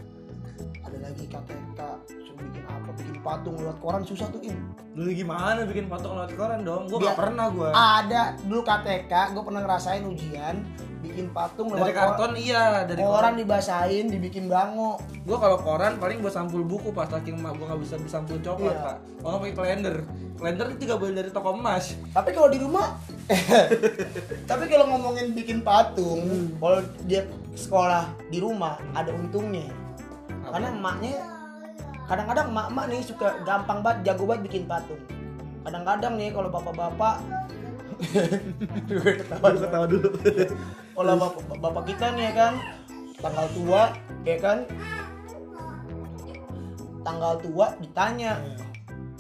B: ada lagi KTK suruh bikin apa bikin patung lewat koran susah tuh im
A: Dulu gimana bikin patung lewat koran dong? Gue
B: Biar-
A: gak pernah gue.
B: ada dulu KTK gue pernah ngerasain ujian bikin patung lewat
A: Dari karton iya, dari
B: koran dibasahin dibikin bango
A: Gue kalau koran paling gue sampul buku pas saking emak gue gak bisa beli sampul coklat
B: Iya.
A: pak. Kalau nggak pakai kalender, kalender itu gak boleh dari toko emas.
B: tapi kalau di rumah [LAUGHS] tapi kalau ngomongin bikin patung
A: Hmm.
B: kalau dia sekolah di rumah ada untungnya karena emaknya kadang-kadang emak-emak nih suka gampang banget jago banget bikin patung kadang-kadang nih kalau bapak-bapak
A: Ketawa dulu, ketawa dulu.
B: kalau bapak, Oh, bapak kita nih ya kan tanggal tua ya kan tanggal tua ditanya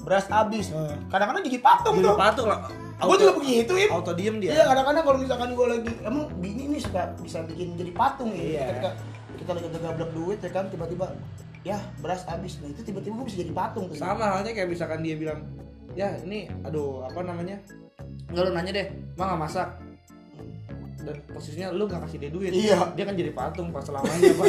B: beras habis kadang-kadang jadi patung
A: Hmm. Jadi
B: tuh
A: patung lah.
B: gue juga begitu im
A: auto diem dia.
B: Iya kadang-kadang kalau misalkan gue lagi emang bini ini suka bisa bikin jadi patung ya.
A: Iya.
B: Ketika kita lagi gablek duit ya kan tiba-tiba ya beras habis nah itu tiba-tiba gue bisa jadi patung tuh.
A: Sama halnya kayak misalkan dia bilang, ya ini, aduh apa namanya? Enggak lu nanya deh, mah nggak masak. Dan posisinya lu nggak kasih dia duit.
B: Iya.
A: Dia kan jadi patung pas selamanya
B: [LAUGHS]
A: pak.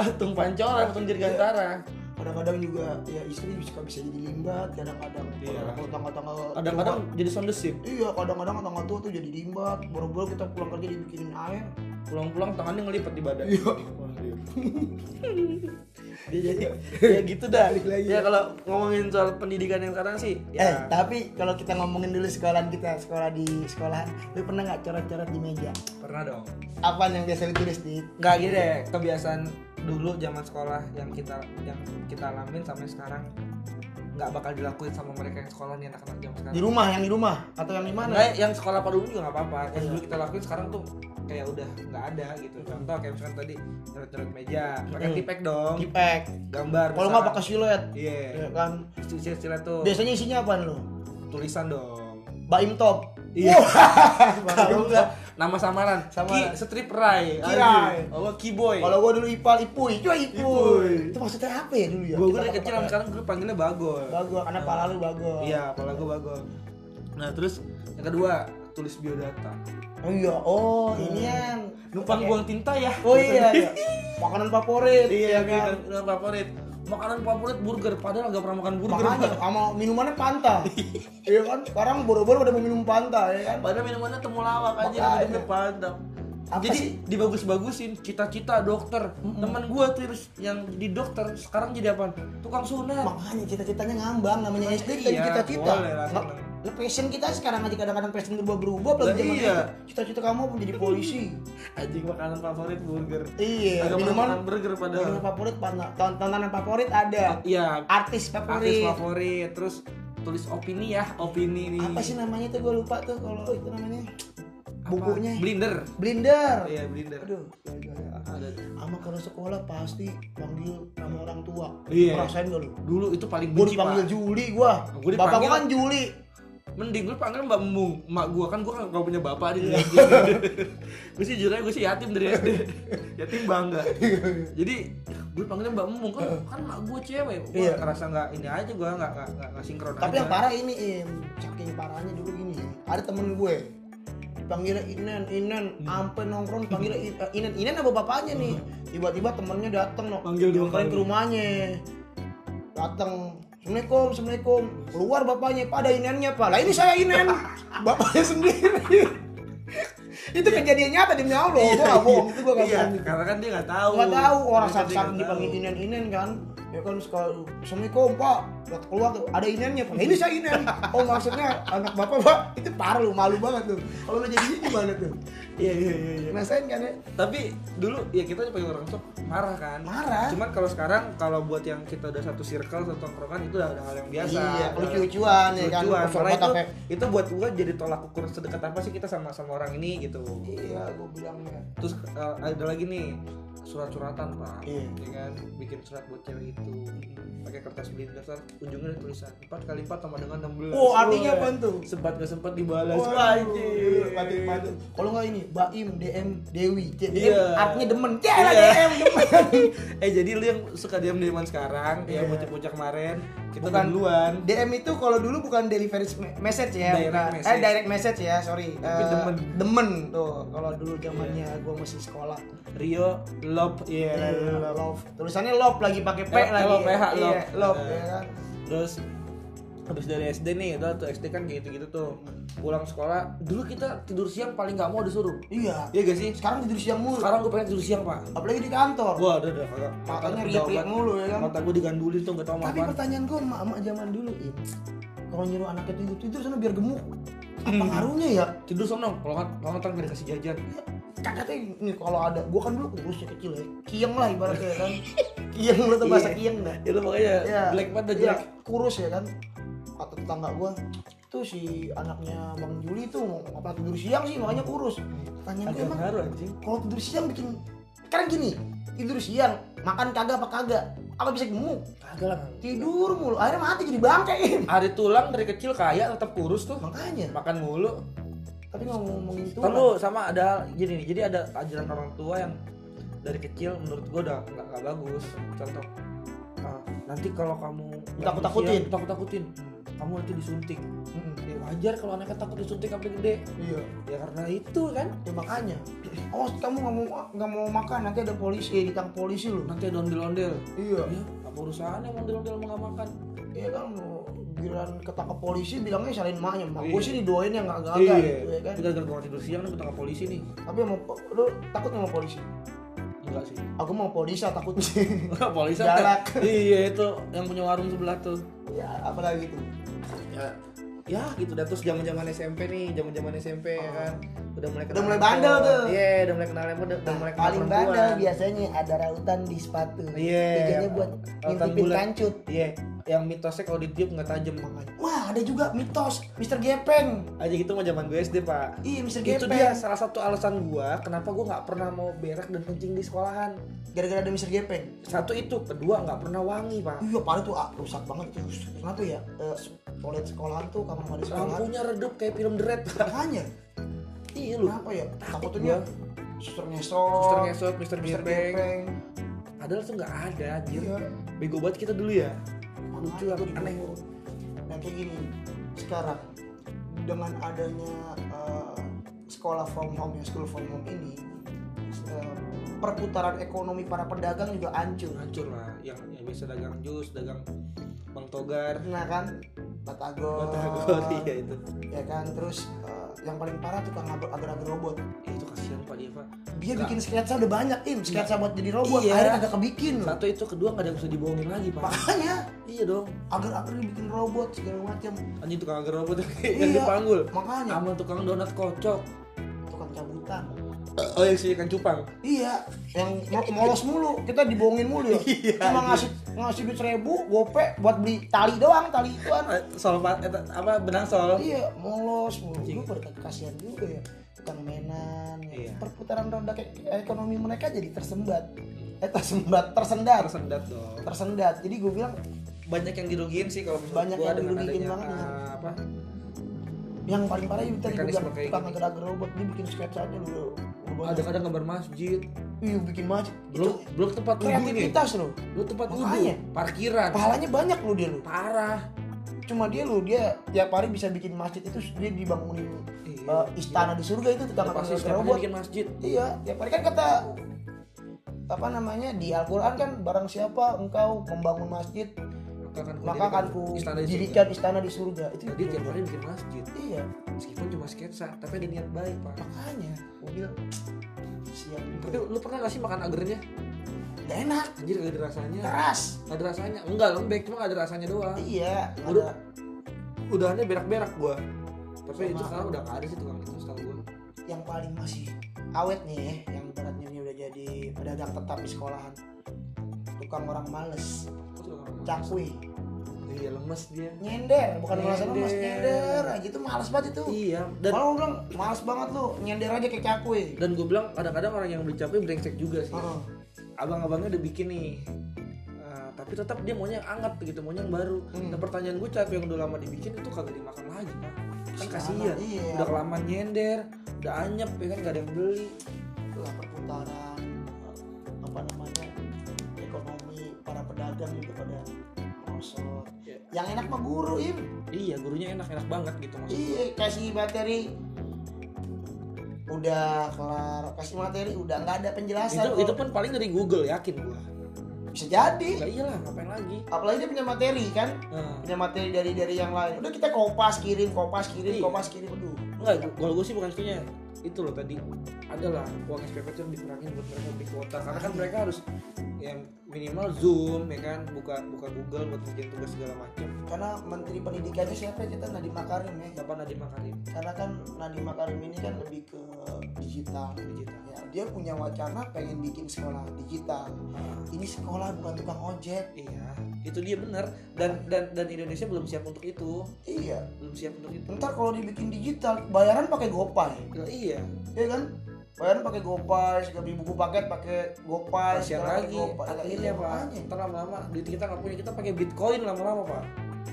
A: patung pancoran, patung dirgantara.
B: kadang-kadang juga ya istri suka bisa jadi limbat kadang-kadang
A: Iya.
B: kalau tanggal-tanggal
A: Kadang-kadang jadi sound the ship.
B: iya kadang-kadang tanggal tua tuh jadi limbat boro-boro kita pulang kerja dibikinin air
A: pulang-pulang tangannya ngelipet di badan.
B: Iya.
A: Dia Iya, jadi
B: Iya.
A: [LAUGHS] ya gitu dah. Ya kalau ngomongin soal pendidikan yang sekarang sih,
B: eh
A: ya
B: tapi kalau kita ngomongin dulu sekolahan kita sekolah di sekolahan lu pernah nggak coret-coret di meja
A: pernah dong.
B: apaan yang biasa lu tulis di
A: Nggak gini deh, kebiasaan dulu zaman sekolah yang kita yang kita alamin sampai sekarang nggak bakal dilakuin sama mereka yang sekolah nih anak-anak zaman
B: di
A: sekarang.
B: rumah yang di rumah atau yang di mana
A: Nggak, yang sekolah pada umumnya juga nggak apa-apa. Yang
B: Iya.
A: dulu kita lakuin sekarang tuh kayak udah nggak ada gitu. Contoh kayak misalkan tadi coret-coret meja, pakai
B: Hmm.
A: tipek dong,
B: Kipek.
A: gambar.
B: Kalau nggak pakai
A: misalkan.
B: siluet.
A: Iya.
B: Ya kan.
A: Istilah-istilah tuh
B: Biasanya isinya apaan lu?
A: tulisan dong.
B: Baim top.
A: Iya. [LAUGHS]
B: Wah,
A: Kalau
B: Baim
A: enggak
B: top.
A: nama samaran.
B: Samaran.
A: Ki strip Rai.
B: Kirai.
A: Oh, Kiboy.
B: Kalau gua dulu Ipal Ipuy,
A: Ipuy.
B: cuy Ipuy. Itu maksudnya apa ya dulu ya?
A: gua gua dari
B: Kita
A: kecil
B: pakai-
A: sampai sekarang gue panggilnya Bagol.
B: Bagol, karena pala lu bagol.
A: Iya, kepala gua Bagol. Nah, terus yang kedua tulis biodata.
B: Oh iya, oh ini yang
A: Hmm. Numpang
B: Pakai-
A: buang tinta ya.
B: Oh iya, iya. [LAUGHS] Makanan favorit.
A: [LAUGHS] Iya,
B: ya kan.
A: makanan makanan favorit. Makanan favorit burger, padahal gak pernah makan burger.
B: Makanya sama minumannya Fanta. Iya kan? Sekarang boro-boro udah mau minum Fanta ya kan.
A: [LAUGHS] Padahal minumannya temulawak aja
B: Makanya.
A: yang minumnya padang.
B: Apa sih?
A: jadi dibagus-bagusin cita-cita dokter. Teman gua terus yang di dokter sekarang jadi apa? Tukang sunat.
B: Makanya cita-citanya ngambang namanya SD kita
A: Iya,
B: cita-cita.
A: boleh lah,
B: Nggak-
A: seneng.
B: Lah passion kita sekarang aja kadang-kadang passion berubah-berubah
A: Lah,
B: apalagi zaman
A: iya.
B: itu. Cita-cita kamu apa jadi polisi.
A: Anjing makanan favorit burger.
B: iya,
A: Agak
B: minuman
A: minuman burger
B: minuman
A: padahal.
B: favorit pan- ton- tontonan favorit ada.
A: Iya, artis
B: Artis favorit.
A: favorit. Terus tulis opini ya, opini nih.
B: Apa sih namanya tuh gue lupa tuh kalau itu namanya.
A: Apa?
B: Bukunya.
A: Blinder.
B: Blinder.
A: Iya, blinder.
B: Aduh, ya, gaya-gaya.
A: Ada.
B: Sama kalau sekolah pasti panggil nama orang tua.
A: Iya.
B: Ngerasain gak lu?
A: Dulu itu paling
B: Gue
A: benci,
B: dipanggil
A: Pak.
B: Juli gua.
A: Gua
B: Bapak
A: dipanggil-
B: gua kan Juli.
C: mending lu panggil mbak Mung emak gua kan gua gak punya bapak di sini
B: Iya.
C: gue sih
A: [LAUGHS]
C: jujur aja gue sih yatim dari SD
B: [LAUGHS]
C: yatim bangga jadi gue panggilnya mbak Mung kan kan emak gua cewek gua
B: Iya.
A: ngerasa nggak ini aja gua nggak nggak nggak- nggak sinkron
B: Tapi
A: aja.
B: yang parah ini, Im. Saking parahnya juga gini. Ada temen gue panggilnya Inen, Inen,
C: Hmm.
B: ampe nongkrong panggilnya I- eh, Inen, Inen apa bapaknya nih? Tiba-tiba temennya dateng no,
C: Panggil dua
B: nyamperin
C: kali.
B: ke rumahnya. Dateng, Assalamualaikum, Assalamualaikum. Keluar bapaknya, pada Inennya pak. Lah ini saya Inen,
C: [LAUGHS]
B: bapaknya sendiri. [LAUGHS] itu kejadian nyata demi Allah,
C: Iya,
B: gue gak Oh, bohong, itu gue gak
A: iya
B: bohong.
A: karena kan dia nggak tahu
B: Gak tahu orang
A: Mereka dia
B: saat-saat
A: nggak
B: dipanggil
A: tahu.
B: inen inen kan. Ya kan suka assalamualaikum pak. Lihat keluar tuh ada inennya pak. "Ya,
A: Iya.
B: ini saya inen. Oh maksudnya anak bapak pak itu parah lu malu banget tuh. Kalau lu jadinya gimana tuh?
A: iya iya iya iya.
B: Ngerasain kan ya?
A: tapi dulu ya kita sebagai orang tua marah kan
B: Marah.
A: cuman kalau sekarang kalau buat yang kita udah satu circle satu tongkrongan itu udah udah hal yang biasa
B: Iya,
A: Udah-
B: lucu-lucuan ya
A: lucu-lucuan.
B: kan.
A: Karena
B: Sobat
A: itu,
B: sampai
A: itu buat gua jadi tolak ukur sedekat apa sih kita sama sama orang ini gitu
B: iya gua bilang ya.
A: terus eh, ada lagi nih surat-suratan pak
B: Iya.
A: ya kan bikin surat buat cewek itu pakai kertas beli dasar ujungnya ada tulisan 4 kali 4 sama dengan 16
B: Oh artinya apa tuh?
C: sempat gak sempat dibalas
B: Wah,
A: anjing.
B: mati-mati. Kalau nggak ini, Baim DM Dewi. DM
A: Iya.
B: artinya demen. Ya
A: Iya.
B: lah,
A: [LAUGHS]
B: DM demen.
A: eh jadi lu yang suka diam-diaman sekarang
B: Iya.
A: yang bocah-bocah kemarin kita
B: Bukan.
A: duluan
B: DM itu kalau dulu bukan delivery message ya,
A: Direct
B: bukan. eh
A: message.
B: direct message ya, sorry.
A: Tapi
B: Eh,
A: demen. Iya.
B: demen tuh kalau dulu zamannya gua masih sekolah.
A: Rio Love ya
B: Iya, love. Tulisannya love lagi pakai P
A: L-
B: lagi.
A: L O P H,
B: Iya,
A: love.
B: love,
A: Iya.
B: ya kan.
A: terus habis dari SD nih udah tuh SD kan kayak gitu-gitu tuh pulang sekolah dulu kita tidur siang paling nggak mau disuruh
B: Iya.
A: iya gak sih
B: Sekarang tidur siang mulu.
A: sekarang gue pengen tidur siang pak
B: Apalagi di kantor.
A: Wah, udah udah kagak.
B: Matanya
A: gue
B: riak-riak
A: jawaban.
B: mulu ya kan.
A: Mata gue digandulin tuh enggak tahu
B: Tapi
A: apa.
B: pertanyaan gua emak-emak zaman dulu, Im. Kalau nyuruh anaknya tidur tidur sana biar gemuk. Apa
A: Hmm.
B: ngaruhnya ya?
A: Tidur sono, kalau nggak kalau nggak ntar nggak dikasih jajan.
B: kakaknya ya, ini kalau ada gua kan dulu kurusnya kecil ya kieng lah ibaratnya kan kieng lu tuh bahasa
A: Iya.
B: kieng dah
A: Ya lu makanya
B: Iya.
A: black pada
B: Iya,
A: jelek.
B: kurus ya kan kata tetangga gua tuh si anaknya bang Juli tuh mau apa tidur siang sih makanya kurus tanya
A: Ada
B: gue emang
A: ngaruh anjing.
B: kalau tidur siang bikin sekarang gini tidur siang makan kagak apa kagak apa bisa gemuk
C: kagak lah
B: tidur mulu akhirnya mati jadi bangke [LAUGHS] Im.
A: Ada tulang dari kecil kaya tetap kurus tuh.
B: makanya
A: Makan mulu.
B: tapi ngomong-ngomongin itu
A: Kan lu sama ada hal- gini nih. Jadi ada ajaran orang tua yang dari kecil menurut gue udah nggak nggak bagus. Contoh ah, nanti kalau kamu
B: Takut-takutin.
A: takut takutin Hmm, kamu nanti disuntik ya wajar kalau anaknya takut disuntik sampai gede
B: Hmm, iya
A: ya karena itu kan
B: ya makanya oh kamu nggak mau nggak mau makan nanti ada polisi eh, ditangkap polisi lu
A: nanti ada ondel-ondel
B: iya
A: ya apa urusannya ondel-ondel mau nggak makan
B: iya kan mau giliran ketangkap polisi bilangnya salin maknya mak gue
A: Iya.
B: sih didoain yang nggak gagal gitu ya
A: Iya,
B: kan
A: kita gara gua tidur siang nih ketangkap polisi nih.
B: tapi mau lu takut nggak mau polisi
A: Enggak sih.
B: aku mau polisi ah, takut
A: [LAUGHS] polisi
B: Galak.
A: apa? Iya, itu yang punya warung sebelah tuh.
B: [LAUGHS] ya apalagi tuh
A: Ya, ya gitu dah terus zaman-zaman SMP nih, zaman-zaman SMP ya kan. Udah mulai
B: Oh. Udah
A: kenal
B: mulai
A: handphone.
B: bandel tuh. Nah,
A: Iya, udah mulai kenal handphone, udah, udah mulai kenal
B: paling
A: Nah, perempuan.
B: bandel biasanya ada rautan di sepatu
A: Iya.
B: Tujuannya buat
A: Rautan
B: ngintipin kan.
A: bulat.
B: kancut
A: Iya, yang mitosnya kalau ditiup nggak tajam.
B: wah ada juga mitos Mr. Gepeng
A: Aja gitu mah zaman gue SD, Pak.
B: Ih, Mr.
A: Itu
B: Gepeng.
A: dia salah satu alasan gua kenapa gua nggak pernah mau berak dan kencing di sekolahan.
B: Gara-gara ada Mr. Gepeng.
A: Satu itu, kedua nggak pernah wangi, Pak.
B: Iya, parah tuh ah, rusak banget tuh. Kenapa ya? Eh, toilet sekolahan tuh kamar mandi sekolahan.
A: Lampunya redup kayak film The Red, Pak.
B: Makanya.
A: Iya lu. Iya.
B: Kenapa ya? Takutnya suster ngesot.
A: Suster ngesot, Mister
B: Mr.
A: Gepeng.
B: Gepeng.
A: Padahal tuh nggak ada, anjir.
B: Iya.
A: Bego banget kita dulu ya. Lucu
B: Makanya
A: apa
B: tuh
A: aneh.
B: dulu. Nah, kayak gini. Sekarang dengan adanya eh, sekolah from home ya, school from home ini eh, perputaran ekonomi para pedagang juga hancur.
A: Hancur lah yang yang biasa dagang jus, dagang Bang Togar,
B: Nah kan, Batagor,
A: Batagor iya itu.
B: ya kan, terus eh, yang paling parah tukang agar-agar robot.
A: Ya, itu kasihan Pak dia, Pak.
B: dia
A: Nggak.
B: bikin sketsa udah banyak im sketsa buat jadi robot
A: Iya.
B: akhirnya kagak kebikin loh
A: Satu itu, kedua nggak ada yang bisa dibohongin lagi, Pak.
B: makanya
A: Iya dong.
B: agar agar dibikin robot segala macam
A: Anjing tukang agar robot yang
B: Iya.
A: dipanggul.
B: makanya
A: Sama tukang donat kocok.
B: tukang cabutan
A: Oh, yang si ikan cupang.
B: iya yang mo- molos mulu kita dibohongin mulu [LAUGHS] ya cuma ngasih ngasih duit seribu gope buat beli tali doang tali ituan
A: Eh, Sol Pak, eh, apa benang sol.
B: iya molos mulu gue kasihan juga ya tukang mainan
A: Iya.
B: ya. perputaran roda ke- ekonomi mereka jadi tersembat eh tersembat tersendat
A: Tersendat dong.
B: tersendat jadi gue bilang
A: Banyak yang dirugiin sih kalau menurut
B: Banyak
A: gua
B: yang
A: dengan ah,
B: dirugiin
A: adanya
B: banget.
A: eh, apa?
B: yang paling parah itu tadi gue
A: Mekanisme
B: bilang
A: kayak
B: tukang
A: gitu.
B: gerak gerobot dia bikin sketsa aja lu
A: ada kadang gambar masjid
B: iya bikin macet
A: belum
B: Itu
A: belum tempat wudhu nih
B: kreativitas lu
A: lu tempat wudhu
B: Makanya.
A: parkiran
B: pahalanya banyak lu dia lu
A: parah
B: cuma dia lu dia tiap hari bisa bikin masjid itu dia dibangunin
A: Iya.
B: eh, istana di surga itu
A: pasti
B: tukang
A: setiap
B: gerak
A: hari
B: gerobot
A: bikin masjid
B: Iya, tiap hari kan kata apa namanya di Al-Qur'an kan barang siapa engkau membangun masjid
A: maka akan
B: maka akan ku
A: istana di surga.
B: dirikan istana di surga itu
A: jadi tiap hari bikin masjid
B: iya
A: meskipun cuma sketsa tapi ada niat baik pak
B: makanya gue bilang siap
A: tapi
B: juga
A: lu pernah gak sih makan agernya
B: Nggak enak
A: anjir gak ada rasanya
B: keras
A: gak ada rasanya enggak lembek cuma gak ada rasanya doang
B: iya
A: Udah.
B: ada
A: udahannya berak-berak gua tapi
B: Sama.
A: itu sekarang udah gak ada sih tukang itu setahu gua
B: yang paling masih awet nih ya, yang beratnya ini udah jadi pedagang tetap di sekolahan tukang orang males
A: Itu tukang lemes.
B: cakwe
A: iya lemes dia
B: nyender bukan merasa lemas
A: Nyender.
B: nyender aja itu males banget itu
A: iya dan
B: Malah gue bilang males banget lu nyender aja kayak cakwe
A: dan gue bilang kadang-kadang orang yang beli capek brengsek juga sih
B: Heeh.
A: abang-abangnya udah bikin nih Eh, tapi tetap dia maunya yang anget gitu maunya yang baru
B: Hmm.
A: nah pertanyaan gue capek yang udah lama dibikin itu kagak dimakan lagi Pak. kan
B: Kesian,
A: kasihan
B: iya.
A: udah kelamaan nyender udah anyep ya kan gak ada yang beli
B: itulah perputaran eh, apa namanya ekonomi para pedagang gitu pada merosot
A: Iya.
B: yang enak mah guru im
A: iya gurunya enak-enak banget gitu maksudnya
B: iya kasih materi udah kelar kasih materi udah nggak ada penjelasan
A: itu,
B: kok.
A: itu pun paling dari Google yakin gue
B: bisa jadi
A: Gak iyalah ngapain lagi
B: apalagi dia punya materi kan
A: nah,
B: punya materi dari dari yang lain udah kita kopas kirim kopas kirim
A: Iya.
B: kopas kirim aduh
A: Enggak, kalau gue sih bukan itunya itu loh tadi adalah uang SPP itu yang dikurangin buat mereka beli kuota karena kan mereka harus yang minimal zoom ya kan buka buka Google buat ngerjain tugas segala macam
B: karena menteri pendidikannya siapa ya? kita Nadiem Makarim ya
A: Bapak Nadiem Makarim
B: karena kan Nadiem Makarim ini kan lebih ke digital
A: digital
B: ya, dia punya wacana pengen bikin sekolah digital
A: Ah,
B: ini sekolah bukan tukang ojek
A: iya itu dia benar dan dan dan Indonesia belum siap untuk itu
B: iya
A: belum siap untuk itu
B: ntar kalau dibikin digital bayaran pakai gopay
A: Nah, iya
B: ya kan bayaran pakai gopay segala beli buku paket pakai gopay
A: kasihan
B: segala pakai
A: lagi akhirnya pak
B: makanya.
A: ntar lama-lama duit kita nggak punya kita pakai bitcoin lama-lama pak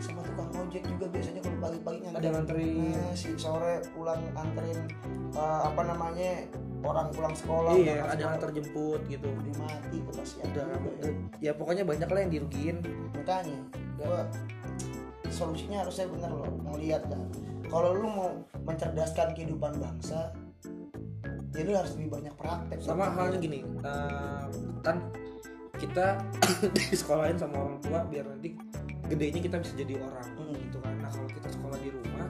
B: sama tukang ojek juga biasanya kalau pagi-pagi
A: ada
B: nganterin
A: ngantri
B: si sore pulang anterin eh, apa namanya orang pulang sekolah
A: iya
B: berangkat
A: ada
B: sekolah.
A: ngantar jemput gitu
B: Udah mati kepastian
A: udah ya pokoknya banyak lah yang dirugiin
B: makanya gua solusinya harusnya bener loh melihat lah kalau lu mau mencerdaskan kehidupan bangsa ya lu harus lebih banyak praktek Hmm,
A: sama halnya gini eh, kan kita [COUGHS] disekolahin sama orang tua biar nanti gedenya kita bisa jadi orang
B: Hmm.
A: gitu kan nah kalau kita sekolah di rumah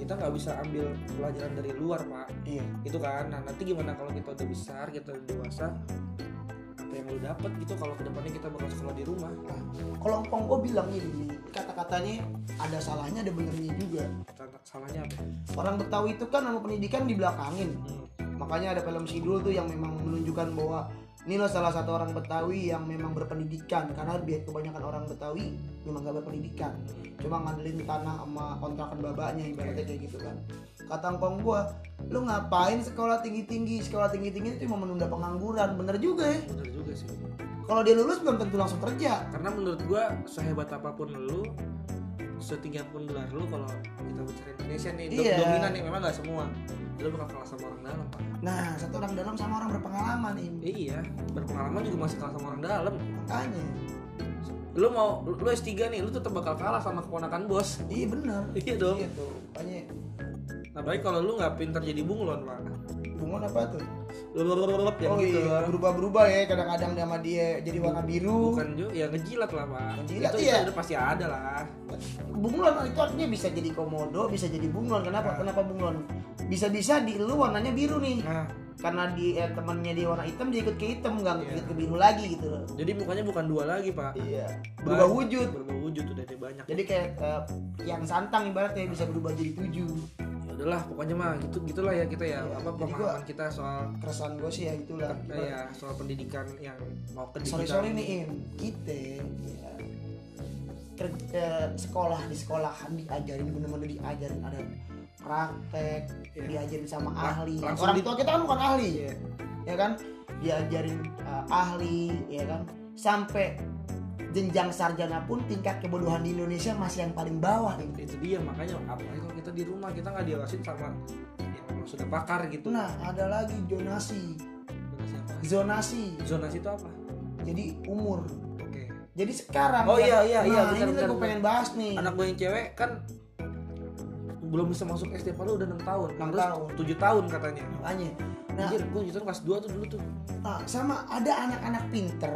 A: kita nggak bisa ambil pelajaran dari luar pak
B: iya
A: itu kan nah nanti gimana kalau kita udah besar kita udah dewasa apa yang lu dapat gitu kalau kedepannya kita bakal sekolah di rumah
B: Nah, kalau empong gua bilang ini kata-katanya ada salahnya ada benernya juga
A: Tentang salahnya apa
B: orang Betawi itu kan sama pendidikan dibelakangin
A: Hmm.
B: makanya ada film Sidul tuh yang memang menunjukkan bahwa ini loh salah satu orang Betawi yang memang berpendidikan karena biar kebanyakan orang Betawi memang gak berpendidikan cuma ngandelin tanah sama kontrakan babaknya ibaratnya kayak gitu kan kata ngkong gua lu ngapain sekolah tinggi-tinggi sekolah tinggi-tinggi itu cuma menunda pengangguran bener juga ya
A: bener juga sih
B: kalau dia lulus belum tentu langsung kerja
A: karena menurut gua sehebat apapun lu setinggi pun gelar lu kalau kita bicara Indonesia nih dom-
B: Iya.
A: dominan nih memang nggak semua lu bakal kalah sama orang dalam pak
B: nah satu orang dalam sama orang berpengalaman ini
A: Eh, iya berpengalaman juga masih kalah sama orang dalam
B: makanya
A: lu mau lu S3 nih lu tetap bakal kalah sama keponakan bos [LAUGHS]
B: iya bener
A: iya dong
B: iya tuh makanya
A: apalagi kalau lu nggak pintar jadi bunglon pak
B: bungon apa tuh
A: lu yang
B: oh
A: gitu
B: iya berubah-berubah ya kadang-kadang dia sama dia jadi warna biru
A: bukan juga ya ngejilat lah pak
B: Ngejilat,
A: itu,
B: iya.
A: itu udah pasti ada lah
B: bunglon oh, itu artinya bisa jadi komodo bisa jadi bunglon kenapa kenapa bunglon bisa-bisa di lu warnanya biru nih
A: nah
B: karena di eh, temennya di warna hitam dia ikut ke hitam nggak
A: Iya.
B: ikut ke biru lagi gitu loh
A: jadi mukanya bukan dua lagi pak
B: iya berubah wujud
A: berubah wujud udah ada banyak
B: jadi kayak eh, yang santang ibaratnya bisa berubah jadi tujuh
A: Ya udahlah pokoknya mah gitu gitulah ya kita ya,
B: Iya,
A: apa
B: jadi
A: pemahaman kita soal
B: keresahan gue sih ya itulah
A: eh, ya soal pendidikan yang mau ke
B: sorry
A: digital.
B: sorry nih Im kita ya, ker- eh, sekolah di sekolahan diajarin bener-bener diajarin ada praktek
A: Iya.
B: diajarin sama
A: Lah,
B: ahli
A: langsung
B: orang
A: di-
B: tua kita kan bukan ahli
A: Iya.
B: eh, ya kan diajarin uh, ahli ya kan sampai jenjang sarjana pun tingkat kebodohan di Indonesia masih yang paling bawah ini.
A: itu dia makanya apalagi kalau kita di rumah kita nggak diawasin sama yang memang sudah pakar gitu
B: Nah, ada lagi zonasi.
A: zonasi apa
B: Zonasi.
A: zonasi itu apa
B: Jadi umur.
A: oke
B: Jadi sekarang
A: Oh,
B: kan-
A: iya, iya, iya,
B: Nah,
A: benar,
B: ini
A: benar,
B: gue
A: benar.
B: pengen bahas nih.
A: anak gue yang cewek kan belum bisa masuk SD padahal udah 6 tahun
B: Enam
A: terus
B: tahun.
A: 7 tahun katanya
B: Makanya. Nah,
A: anjir gue justru kelas 2 tuh dulu tuh
B: nah, sama ada anak-anak pinter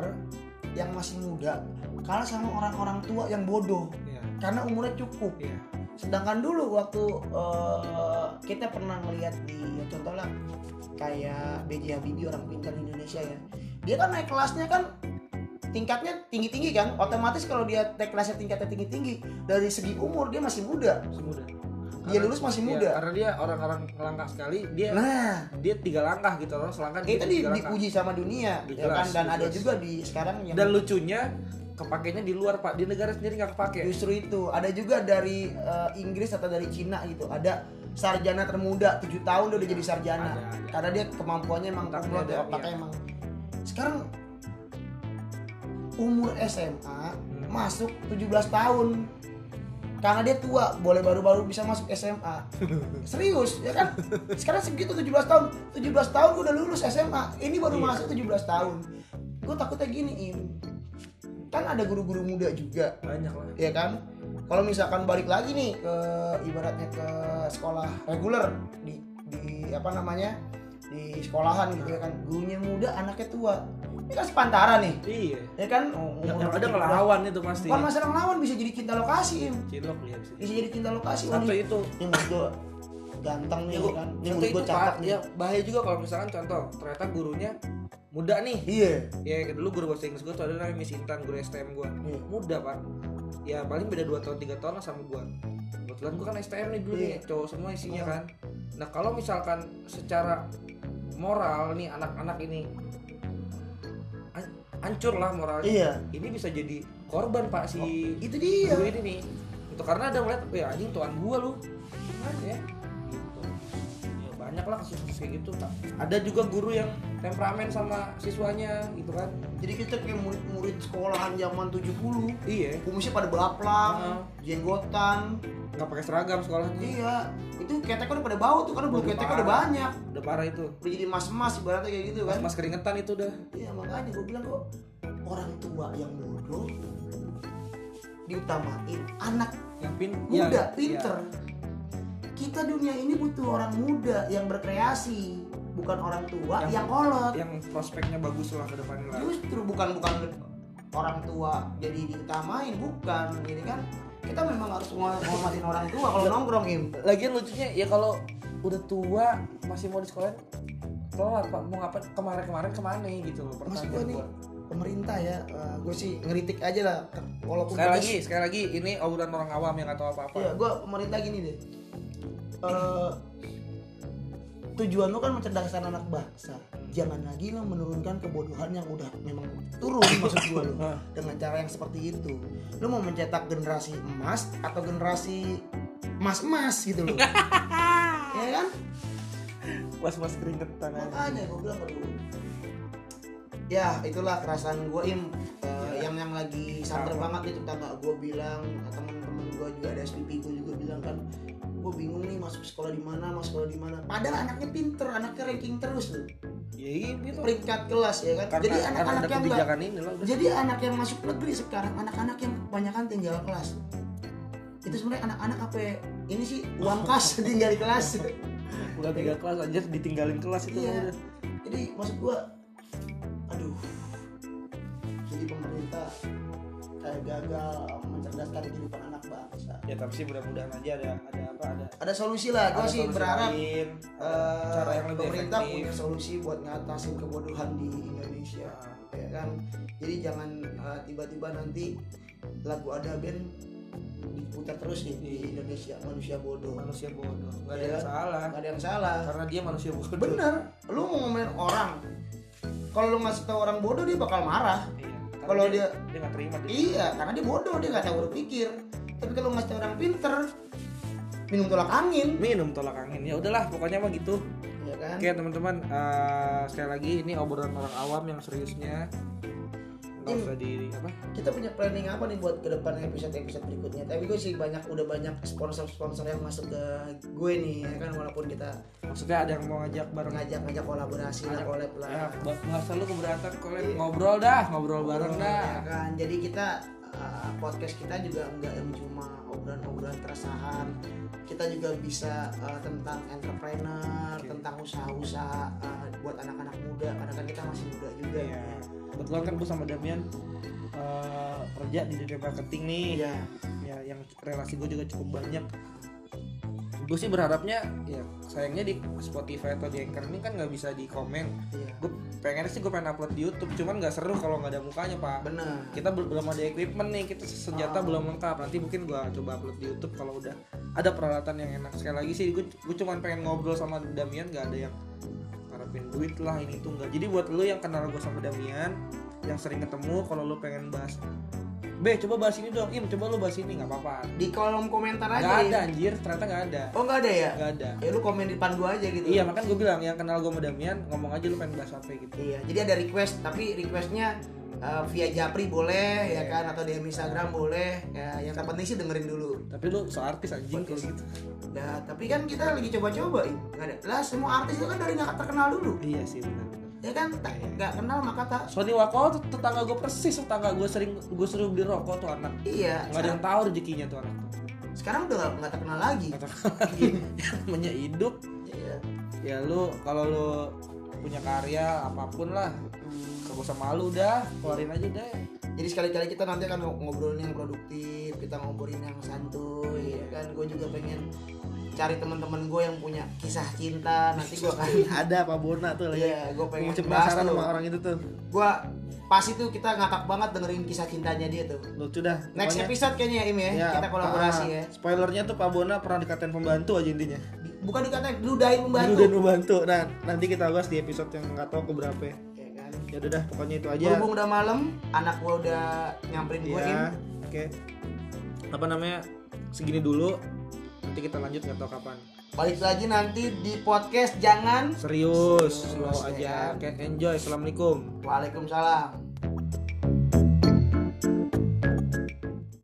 B: yang masih muda kalah sama orang-orang tua yang bodoh
A: iya
B: karena umurnya cukup.
A: iya
B: Sedangkan dulu waktu eh, kita pernah ngelihat di ya contohnya kayak B.J. Habibie orang pintar di Indonesia ya. Dia kan naik kelasnya kan tingkatnya tinggi-tinggi kan. Otomatis kalau dia naik kelasnya tingkatnya tinggi-tinggi dari segi umur dia masih muda.
A: semuda
B: Dia lulus masih
A: Iya,
B: muda.
A: karena dia orang-orang langkah sekali dia
B: Nah,
A: dia tiga langkah gitu loh selangkah dia
B: itu di,
A: tiga langkah.
B: dipuji sama dunia ya
A: Jelas,
B: kan dan ada
A: jelas.
B: juga di sekarang yang
A: dan lucunya kepakainya di luar pak di negara sendiri nggak kepake
B: justru itu ada juga dari eh, Inggris atau dari Cina gitu ada sarjana termuda 7 tahun dia udah jadi sarjana Kan,
A: Ada, ada.
B: karena dia kemampuannya emang
A: Otaknya
B: kumlot ya
A: ada,
B: otaknya
A: iya.
B: emang sekarang umur SMA
A: Hmm,
B: masuk 17 tahun karena dia tua boleh baru-baru bisa masuk
A: [LAUGHS]
B: SMA serius ya kan sekarang segitu 17 tahun 17 tahun gue udah lulus SMA ini baru
A: Iya.
B: masuk 17 tahun gue takutnya gini im kan ada guru-guru muda juga
A: banyak lah
B: ya kan kalau misalkan balik lagi nih ke ibaratnya ke sekolah reguler di di apa namanya di sekolahan gitu ya kan gurunya muda anaknya tua ini kan sepantaran nih
A: iya
B: ya kan
A: yang, yang
B: Umur-
A: ada ngelawan itu pasti
B: bukan masalah ngelawan bisa jadi cinta lokasi Im.
A: cilok lihat sih
B: bisa jadi cinta lokasi wah
A: satu
B: nih
A: itu
B: ini menurut gua ganteng nih
A: Ya,
B: ya kan ini
A: contoh
B: menurut
A: itu
B: gua cakep
A: Pak,
B: nih
A: ya bahaya juga kalau misalkan contoh ternyata gurunya muda nih
B: iya
A: ya dulu guru bahasa Inggris gue tuh ada namanya Miss Intan guru STM gue
B: Iya.
A: muda pak ya paling beda 2 tahun 3 tahun lah sama gue kebetulan gue kan STM nih dulu
B: Iya.
A: nih cowok semua isinya
B: Iya.
A: kan nah kalau misalkan secara moral nih anak-anak ini an- hancur lah moralnya
B: iya Oh.
A: ini bisa jadi korban pak si
B: itu dia
A: guru ini nih itu karena ada ngeliat ya anjing tuan gua lu Gimana ya gitu ya banyak lah kasus-kasus kayak gitu Pak. ada juga guru yang temperamen sama siswanya gitu kan
B: jadi kita kayak murid-murid sekolahan zaman 70
A: iya
B: kumisnya pada belaplang
A: Heeh.
B: jenggotan
A: nggak pakai seragam sekolahnya
B: Iya, itu ketek udah pada bau tuh karena bulu
A: Udah
B: ketek
A: parah.
B: udah banyak.
A: udah parah itu
B: Udah jadi mas-mas ibaratnya kayak gitu kan.
A: mas, mas keringetan itu udah
B: Iya, makanya gue bilang kok orang tua yang bodoh diutamain anak
A: yang pin
B: muda
A: yang-
B: pinter.
A: ya.
B: Kita dunia ini butuh orang muda yang berkreasi, bukan orang tua
A: Yang-
B: yang kolot.
A: yang prospeknya bagus lah ke depannya lah
B: Justru bukan bukan orang tua jadi diutamain, bukan. Jadi kan kita memang harus menghormatin orang tua kalau
A: Iya.
B: nongkrong im.
A: lagian lucunya ya kalau udah tua masih mau di sekolah kelar pak mau ngapain kemarin kemarin kemana gitu loh
B: Maksud
A: pertanyaan
B: gue nih
A: gua.
B: pemerintah ya, gue sih ngeritik aja lah ter- walaupun
A: sekali
B: pedes.
A: lagi sekali lagi ini obrolan orang awam yang nggak tahu apa-apa
B: Iya, gue pemerintah gini deh. Eh, tujuan lu kan mencerdaskan anak bangsa. Jangan lagi lo menurunkan kebodohan yang udah memang turun [LAUGHS] maksud gue lo
A: Hah.
B: dengan cara yang seperti itu. Lu mau mencetak generasi emas atau generasi emas-emas gitu
A: [LAUGHS]
B: loh. ya kan?
A: was was keringetan aja
B: makanya gue bilang aduh ya itulah kerasaan gue im Eh,
A: Iya.
B: yang yang lagi santer banget itu tetangga gue bilang teman-teman gue juga ada SPP gue juga bilang kan gue bingung nih masuk sekolah di mana masuk sekolah di mana padahal anaknya pinter anaknya ranking terus loh
A: ya gitu
B: peringkat kelas ya kan
A: karena,
B: jadi
A: karena ada
B: anak-anak yang nggak-
A: kebijakan ini lah udah
B: jadi anak yang masuk negeri sekarang anak-anak yang kebanyakan tinggal kelas itu sebenarnya anak-anak apa ya? ini sih
A: [LAUGHS]
B: uang kas tinggal di kelas
A: udah tiga kelas aja ditinggalin kelas itu
B: Iya.
A: udah
B: Jadi maksud gua aduh. Jadi pemerintah kayak gagal mencerdaskan kehidupan anak bangsa.
A: ya tapi sih mudah-mudahan aja ada ada apa ada
B: Ada solusi lah, gua
A: ada
B: sih
A: solusi
B: berharap
A: lain, ada
B: eh,
A: cara yang lebih
B: pemerintah
A: efektif.
B: punya solusi buat ngatasin kebodohan di Indonesia, ya kan? Jadi jangan eh, tiba-tiba nanti lagu ada band diputar terus nih di Indonesia manusia bodoh.
A: manusia bodoh nggak ada
B: Iya.
A: yang salah
B: Gak ada yang salah.
A: karena dia manusia bodoh Iya,
B: Bener, lu mau ngomongin orang. Kalau lu ngasih tahu orang bodoh dia bakal marah.
A: Iya. Karena
B: Kalau
A: dia
B: dia-
A: dia nggak terima dia
B: Iya, karena dia bodoh, dia nggak tahu berpikir. Tapi kalau ngasih tau orang pinter, minum tolak angin,
A: minum tolak angin ya udahlah pokoknya mah gitu
B: ya kan?
A: Oke teman-teman, eh, sekali lagi ini obrolan orang awam yang seriusnya.
B: Iya.
A: nggak usah di apa
B: kita punya planning apa nih buat ke depan episode-episode berikutnya tapi gue sih banyak udah banyak sponsor-sponsor yang masuk ke gue nih ya kan walaupun kita
A: maksudnya ada yang mau ngajak bareng
B: ngajak-ngajak kolaborasi lah
A: Ngajak-
B: collab lah
A: ya bah- bahasa lu keberatan kalau
B: Iya.
A: ngobrol dah ngobrol bareng dah
B: ya kan jadi kita uh, podcast kita juga nggak yang cuma obrolan-obrolan keresahan kita juga bisa uh, tentang entrepreneur
A: Oke.
B: tentang usaha-usaha uh, buat anak-anak muda karena kan kita masih muda juga
A: Iya.
B: ya
A: kebetulan kan gue sama Damian eh, kerja di dunia marketing nih
B: iya
A: ya yang relasi gue juga cukup banyak gue sih berharapnya ya sayangnya di Spotify atau di Anchor ini kan nggak bisa di komen
B: iya
A: gue pengen sih gue pengen upload di YouTube cuman nggak seru kalau nggak ada mukanya pak
B: benar
A: kita bel- belum ada equipment nih kita senjata
B: Ah.
A: belum lengkap nanti mungkin gua coba upload di YouTube kalau udah ada peralatan yang enak sekali lagi sih gua, gua cuman pengen ngobrol sama Damian nggak ada yang ngarepin duit lah ini tuh nggak jadi buat lu yang kenal gua sama Damian yang sering ketemu kalau lu pengen bahas B coba bahas ini dong Im coba lu bahas ini nggak apa-apa
B: di kolom komentar
A: nggak
B: aja
A: ada anjir ternyata nggak ada
B: oh nggak ada ya
A: nggak ada
B: ya lu komen di depan gua aja gitu
A: iya makanya gua bilang yang kenal gua sama Damian ngomong aja lu pengen bahas apa gitu
B: Iya, jadi ada request, tapi requestnya uh, via Japri boleh
A: Iya.
B: ya kan atau DM Instagram boleh. Ya, yang terpenting sih dengerin dulu.
A: tapi lu seartis anjing kalau gitu
B: Nah, tapi kan kita lagi coba-coba, Im. nggak ada. Lah semua artis itu kan dari nggak terkenal dulu,
A: iya sih benar
B: ya kan? Tak- Nggak kenal maka tak.
A: Sony Wako tuh tetangga gue persis tetangga gue sering gue suruh beli rokok tuh anak nggak
B: Iya.
A: ada yang
B: Sekarang,
A: tahu rezekinya tuh [LAUGHS] anak tuh
B: sekarang udah nggak- nggak terkenal lagi.
A: Nggak tahu lagi namanya hidup
B: Iya.
A: ya lu kalau lu punya karya apapun lah
B: Hmm.
A: gak usah malu dah keluarin aja deh
B: Jadi sekali-kali kita nanti akan ngobrolin yang produktif, kita ngobrolin yang santuy, ya kan? Gue juga pengen cari teman-teman gue yang punya kisah cinta. Nanti gue
A: [LAUGHS]
B: akan
A: ada apa Bona tuh
B: Iya, gue
A: Gua
B: pengen
A: masih
B: bahas
A: penasaran
B: tuh.
A: sama orang itu tuh
B: Gua pas itu kita ngakak banget dengerin kisah cintanya dia tuh.
A: lucu dah
B: Next
A: Pokoknya-
B: episode kayaknya ya Im ya,
A: Ya,
B: kita kolaborasi
A: ah,
B: ya.
A: spoilernya tuh Pak Bona pernah dikatain pembantu aja intinya
B: Di- Bukan dikatain ludahin
A: dulu dan
B: pembantu.
A: pembantu nah nanti kita bahas di episode yang nggak tahu keberapa ya
B: Ya kan.
A: Ya udah dah pokoknya itu aja
B: Berhubung udah malam, anak gua udah nyamperin gue Im.
A: Iya, oke. Apa namanya? Segini dulu. Nanti kita lanjut nggak tahu kapan.
B: Balik lagi nanti di podcast jangan.
A: Serius, slow
B: Serius, ya.
A: aja. Oke, enjoy. Assalamualaikum.
B: Waalaikumsalam.